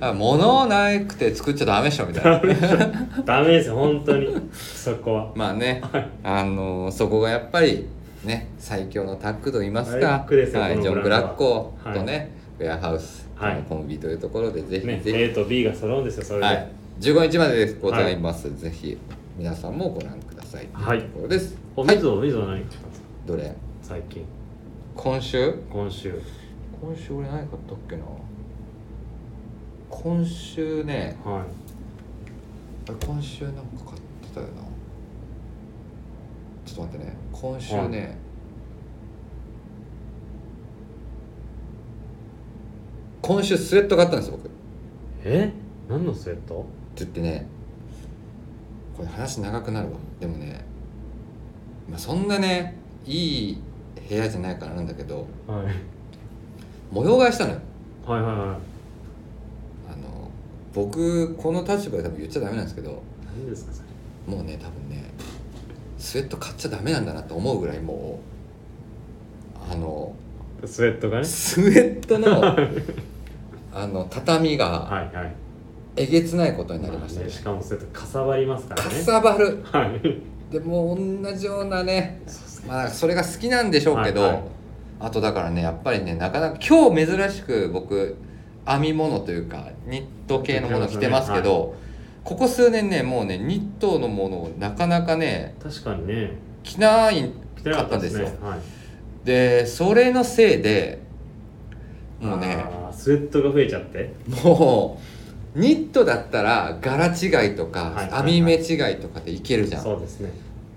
B: あ物なくて作っちゃダメでしょ みたいな
A: ダメですよ本当にそこは
B: まあねあのーそこがやっぱりね最強のタッグと言います
A: タ
B: か
A: ッグですよ
B: は
A: こ
B: い、
A: の
B: ジョン・
A: ブ
B: ブ
A: ラン
B: ラ
A: ドは
B: ッコとね、ウェアハウス
A: はい
B: のコンビというところでぜひ、
A: ね、
B: ぜひ
A: A と B が揃うんですよそれで、
B: はい、15日まででございます、ぜひ皆さんもご覧ください
A: はい
B: というところです、
A: お
B: はい
A: 水を、お水を何か
B: どれ
A: 最近
B: 今週
A: 今週
B: 今週俺何買ったっけな今週ね
A: は
B: あれ今週なんか買ってたよなちょっと待ってね今週ね、今週スウェット買ったんですよ僕
A: いえ何のスウェット
B: って言ってねこれ話長くなるわでもね、まあ、そんなねいい部屋じゃないからなんだけど
A: はい
B: 模様替えしたのよ
A: はいはいは
B: あの僕この立場で多分言っちゃダメなんですけど
A: い何ですかそれ
B: もうね多分ねスウェット買っちゃダメなんだなと思うぐらいもうあの
A: スウェットがね
B: スウェッ トのあの畳が
A: はいはい
B: えげつないことになりました
A: ね
B: ね
A: しかもスウェットかさばりますから
B: か
A: ね
B: さばる
A: はい
B: でもう同じようなね
A: そうですね
B: まあ、それが好きなんでしょうけど、
A: はいはい
B: あとだからねやっぱりねなかなか今日珍しく僕編み物というかニット系のもの着てますけどここ数年ねもうねニットのものをなかなかね
A: 確かにね
B: 着ない
A: 着てな
B: か
A: かった
B: ったんで
A: です
B: す
A: ね
B: よ。
A: はい
B: でそれのせいでもうね
A: あースウェットが増えちゃって
B: もうニットだったら柄違いとか、
A: はいはいはい
B: 編み目違いとかでいけるじゃん
A: そうですね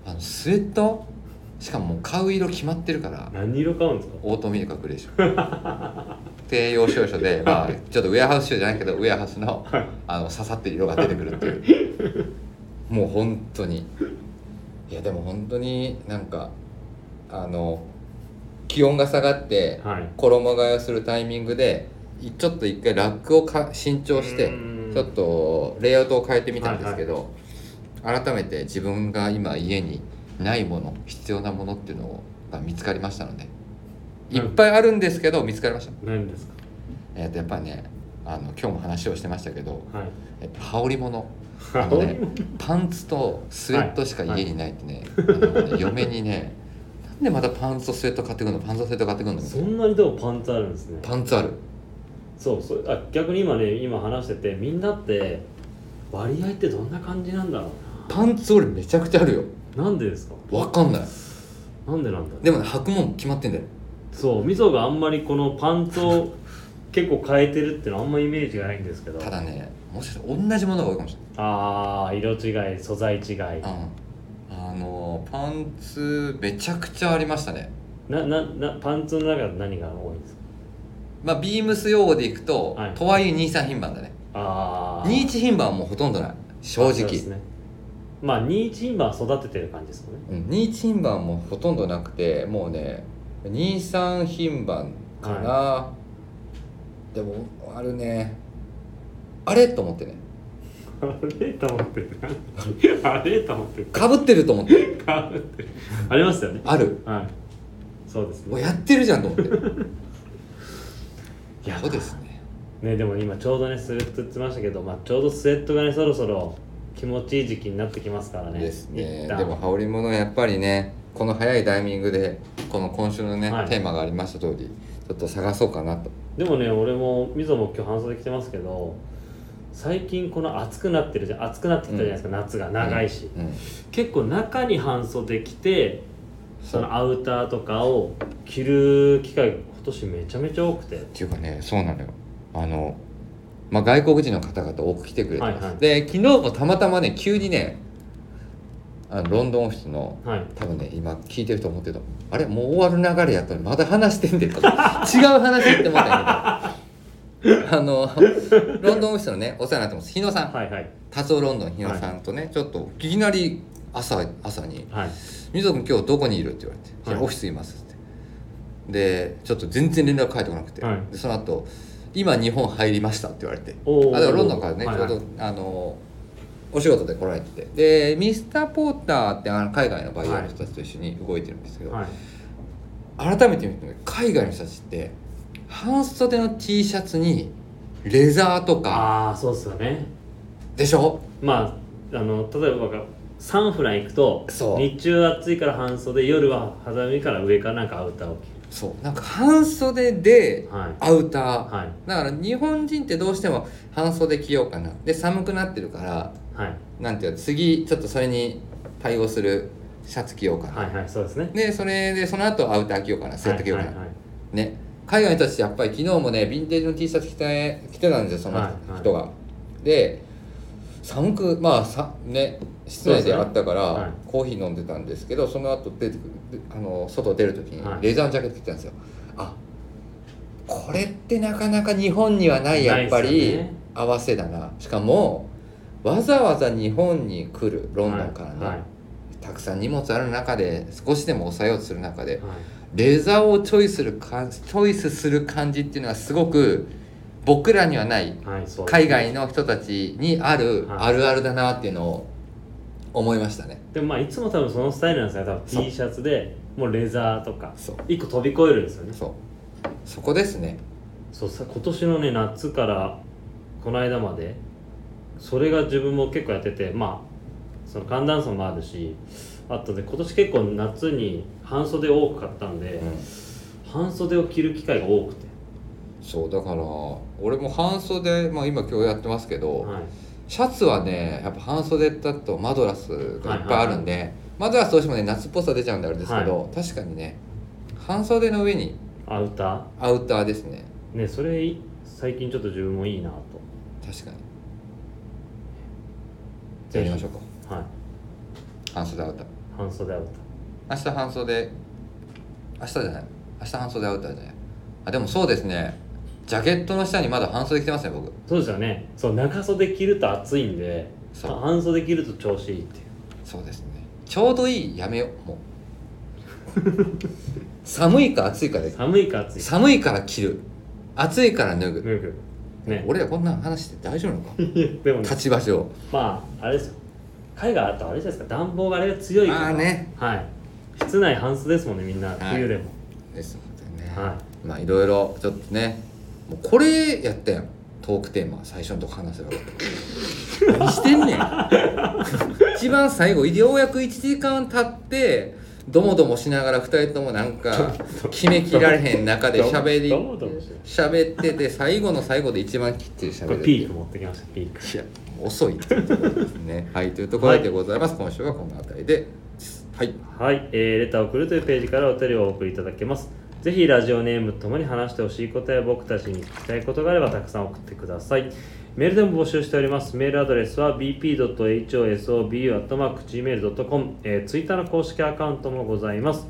B: あのスウェットしかももう買う色決まってるから
A: 何色買うんですか
B: オートミールかグレ ーション低用少々で、まあ、ちょっとウェアハウス州じゃないけどウェアハウスの
A: はい
B: あの刺さってる色が出てくるっていうもう本当にいやでも本当になんかあの気温が下がって
A: はい
B: 衣替えをするタイミングでいちょっと一回ラックをか新調し
A: う
B: て
A: ーん
B: ちょっとレイアウトを変えてみたんですけど、改めて自分が今家にないもの必要なものっていうのが見つかりましたのでいっぱいあるんですけど見つかりました、
A: 何ですか
B: えっとやっぱりねあの今日も話をしてましたけど、
A: はい
B: えっと、羽織物あ
A: あ
B: のねパンツとスウェットしか家にないってね,、あのね嫁にねなんでまたパンツとスウェット買ってくんのパンツとスウェット買ってくん の
A: そんなにでもパンツあるんですね
B: パンツある
A: そうそうあ逆に今ね今話しててみんなって割合ってどんな感じなんだろ
B: パンツ俺めちゃくちゃあるよ
A: うなんでですか
B: わかんない
A: なんでなんだろう
B: でもね履くもん決まってんだよ
A: そうみそがあんまりこのパンツ を結構変えてるってのはあんまイメージがないんですけど
B: ただねもしかしたら同じものが多いかもし
A: ああ色違い素材違い
B: れない、うん、あのパンツめちゃくちゃありましたね
A: なななパンツの中で何が多いんですか
B: まあビームス用語でいくと、
A: はい
B: とはいえ23品番だね
A: ああ
B: 21品番はもうほとんどない正直
A: ね、まあニーチ今育ててる感じですかね
B: うん2品番もほとんどなくてもうね23品番かな、でもあるねあれと思ってね
A: あれと思ってるあれと思ってる
B: かぶってると思って
A: かぶってるありますよね
B: ある
A: はいそうです
B: う
A: ね
B: わやってるじゃんと思って
A: いや
B: そうですね
A: ねでも今ちょうどねスウェットって言ってましたけど、まあ、ちょうどスウェットがねそろそろ気持ちいい時期になってきますからね
B: ですね
A: 一旦
B: でも羽織物はやっぱりねこの早いタイミングでこの今週のね、
A: はい
B: テーマがありました通りちょっと探そうかなと
A: でもね俺もみぞも今日半袖着てますけど最近この暑くなってるじゃん暑くなってきたじゃないですか、夏が長いし、
B: うん
A: 結構中に半袖着てそのアウターとかを着る機会が今年めちゃめちゃ多くて
B: っていうかねそうなのよあの、まあ、外国人の方々多く来てくれてます、
A: はいはい
B: で昨日もたまたまね急にねあのロンドンオフィスの
A: はい
B: 多分ね今聞いてると思ってたあれもう終わる流れやったのにまだ話してんでとか 違う話って思ったんやけどあのロンドンオフィスのねお世話になってます日野さん、
A: はいはい
B: 達夫ロンドン日野さんとね、ちょっといきなり朝朝に
A: はい
B: みぞくん今日どこにいる?」って言われて「いや
A: はい
B: オフィスいます」ってでちょっと全然連絡返ってこなくて、
A: はい
B: でその後今日本入りました」って言われて
A: おー
B: あでもロンドンからね、
A: はいはい
B: ちょうどあのお仕事で来られててでミスター・ポーターってあの海外のバイヤーの人たちと一緒に動いてるんですけど、
A: はい
B: 改めて見てみると海外の人たちって半袖の T シャツにレザーとか
A: ああそうっすよね
B: でしょ
A: まああの例えばがサンフラン行くと
B: そう
A: 日中暑いから半袖夜は肌身から上かなんかアウターを着
B: そうなんか半袖で
A: るはい
B: アウター、
A: はい
B: だから日本人ってどうしても半袖着ようかなで寒くなってるから
A: はい
B: なんていうの次ちょっとそれに対応するシャツ着ようかな、
A: はいはいそうですね
B: でそれでその後アウター着ようかなスウェット着ようかな、
A: はいはいはい
B: ね海外の人たちやっぱり昨日もねヴィンテージの T シャツ着て着てたんですよその
A: はいはい
B: 人が、で寒くまあさね室内であったから、
A: そうですねはい
B: コーヒー飲んでたんですけどその後出てくるあの外出る時
A: はい
B: にレザーのジャケット着てたんですよ、あこれってなかなか日本にはないやっ
A: な
B: ぱ
A: いです
B: り
A: よね
B: 合わせだなしかもわざわざ日本に来るロンドンからね、
A: はいはい
B: たくさん荷物ある中で少しでも抑えようとする中で、
A: はい
B: レザーをチョイスする感じチョイスする感じっていうのはすごく僕らにはない
A: はい、そう
B: 海外の人たちにある
A: はい
B: あるあるだなっていうのを思いましたね。
A: でもまあいつも多分そのスタイルなんですよね多
B: そう
A: 分 T シャツでもうレザーとか
B: そう
A: 一個飛び越えるんですよね
B: そうそこですね。
A: そうさ今年のね夏からこの間までそれが自分も結構やっててまあその寒暖差もあるしあとで今年結構夏に半袖多かったんで、
B: うん
A: 半袖を着る機会が多くて、
B: そうだから俺も半袖、まあ、今今日やってますけど、
A: はい、
B: シャツはねやっぱ半袖だとマドラスがいっぱいあるんで、マドラスどうしてもね夏っぽさ出ちゃうんであれですけど、確かにね半袖の上に
A: アウタ
B: アウターですね
A: ーねそれ最近ちょっと自分もいいなと
B: 確かにじゃあやりましょうか
A: うはい
B: 半袖アウター
A: 半袖アウ
B: 明日半袖明日じゃない明日半袖アウターじゃないあでもそうですねジャケットの下にまだ半袖着てますね僕
A: ターそうですよねそう長袖着ると暑いんで
B: そう
A: 半袖着ると調子いいっていう
B: そうですねちょうどいいやめよ うもう寒いか暑いかで
A: 寒いか暑いか
B: 寒いから着る暑いから脱ぐ、
A: 脱ぐね
B: 俺らこんな話して大丈夫 なのか
A: でもね
B: 立ち場所
A: まああれですよ海外だとあれじゃないですか暖房があれが強いから
B: あーね
A: はい室内半袖ですもんねみんな
B: はい
A: 冬でも、
B: ですのでね、
A: は
B: まあいろいろちょっとねもうこれやったやんトークテーマ最初のとこ話せばよか った何してんねん一番最後ようやく1時間経ってどもどもしながら2人ともなんか決めきられへん中で喋り
A: どもどもしてる
B: 喋ってて最後の最後で一番きっちり喋
A: こ
B: れ
A: れ
B: る
A: ピーク持ってきましたピーク
B: いや遅いっていうところですねはいというところでございます、今週はこの辺りではい
A: はい、えーレターを送るというページからお便りをお送りいただけますぜひラジオネームともに話してほしいことや僕たちに聞きたいことがあればたくさん送ってくださいメールでも募集しておりますメールアドレスは bp.hosobu.gmail.com、えー、ツイッターの公式アカウントもございます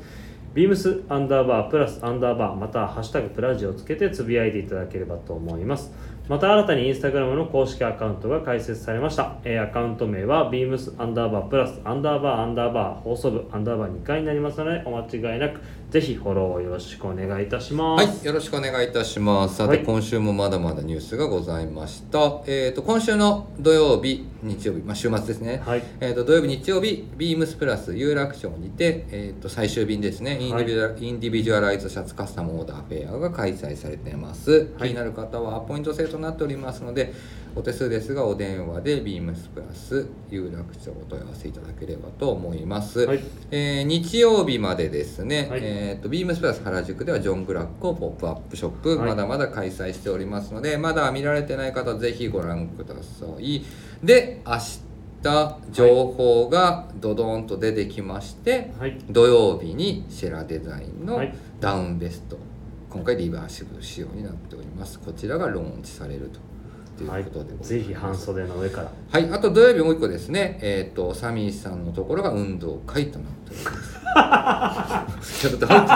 A: ビームスアンダーバープラスアンダーバーまたはハッシュタグプラジをつけてつぶやいていただければと思いますまた新たにインスタグラムの公式アカウントが開設されました、えーアカウント名はビームスアンダーバープラスアンダーバーアンダーバー放送部アンダーバー2回になりますのでお間違いなくぜひフォローをよろしくお願いいたします、
B: はい、よろしくお願いいたします。さ
A: は
B: て、
A: い
B: 今週もまだまだニュースがございました。えっ、と、今週の土曜日、日曜日、まあ、週末ですね。
A: はい
B: えっ、と、土曜日、日曜日、ビームスプラス有楽町にて、えっ、と、最終便ですね。インディビジュア,、インディビジュアライズシャツカスタムオーダーフェアが開催されています。
A: はい
B: 気になる方はアポイント制となっておりますので、お手数ですが、お電話でビームスプラス有楽町お問い合わせいただければと思います。
A: はい
B: えー日曜日までですね、
A: はい
B: えー、とビームスプラス原宿ではジョン・グラックをポップアップショップ、
A: はい
B: まだまだ開催しておりますのでまだ見られてない方ぜひご覧くださいで明日情報がドドーンと出てきまして、
A: はい
B: 土曜日にシェラデザインの
A: はい
B: ダウンベスト、今回リバーシブル仕様になっておりますこちらがローンチされるとということでございます、
A: ぜひ半袖の上から
B: はい、あと土曜日もう一個ですね、えっ、と、サミーさんのところが運動会となっております。ちょっと入って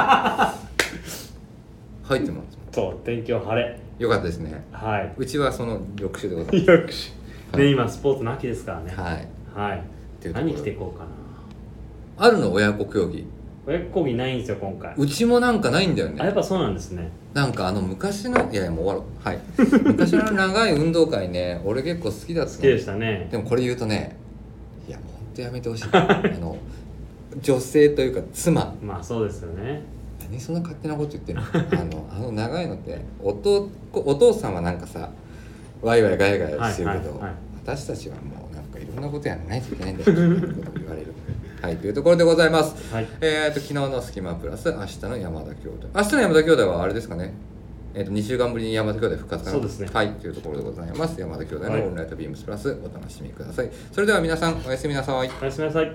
B: 入ってます。
A: そう天気は晴れ
B: よかったですね。
A: はいう
B: ちはその翌週でござい
A: よくし
B: は
A: ね
B: い
A: 今スポーツの秋ですからね
B: ます。はい。
A: はい
B: ていうところ
A: 何着ていこうかな
B: あるの親子競技。
A: 親子講義ないんですよ今回
B: うちもなんかないんだよ
A: あや
B: ね。
A: っぱそうなんですね
B: なんかあの昔の、いやいやもう終わろう。はい。昔の長い運動会ね、俺結構好きだったの
A: 好きでしたね
B: でもこれ言うとね、いやもうほんとやめてほしい。あの、女性というか妻。
A: まあそうですよね
B: 何そんな勝手なこと言ってるの あのあの長いのっておとお父さんはなんかさワイワイガヤガヤしてるけど、
A: はいはいはい
B: 私たちはもうなんかいろんなことやらないといけないんだ よっていうことを言われるはいというところでございます
A: はい
B: えっ、と昨日の「スキマプラス」明日の山田兄弟明日の山田兄弟はあれですかねえー、と2週間ぶりに山田兄弟復活かな
A: そうですね
B: はいというところでございます山田兄弟の「オ
A: はい
B: ンライトビームスプラス」お楽しみくださいそれでは皆さんおやすみなさい
A: おやすみなさい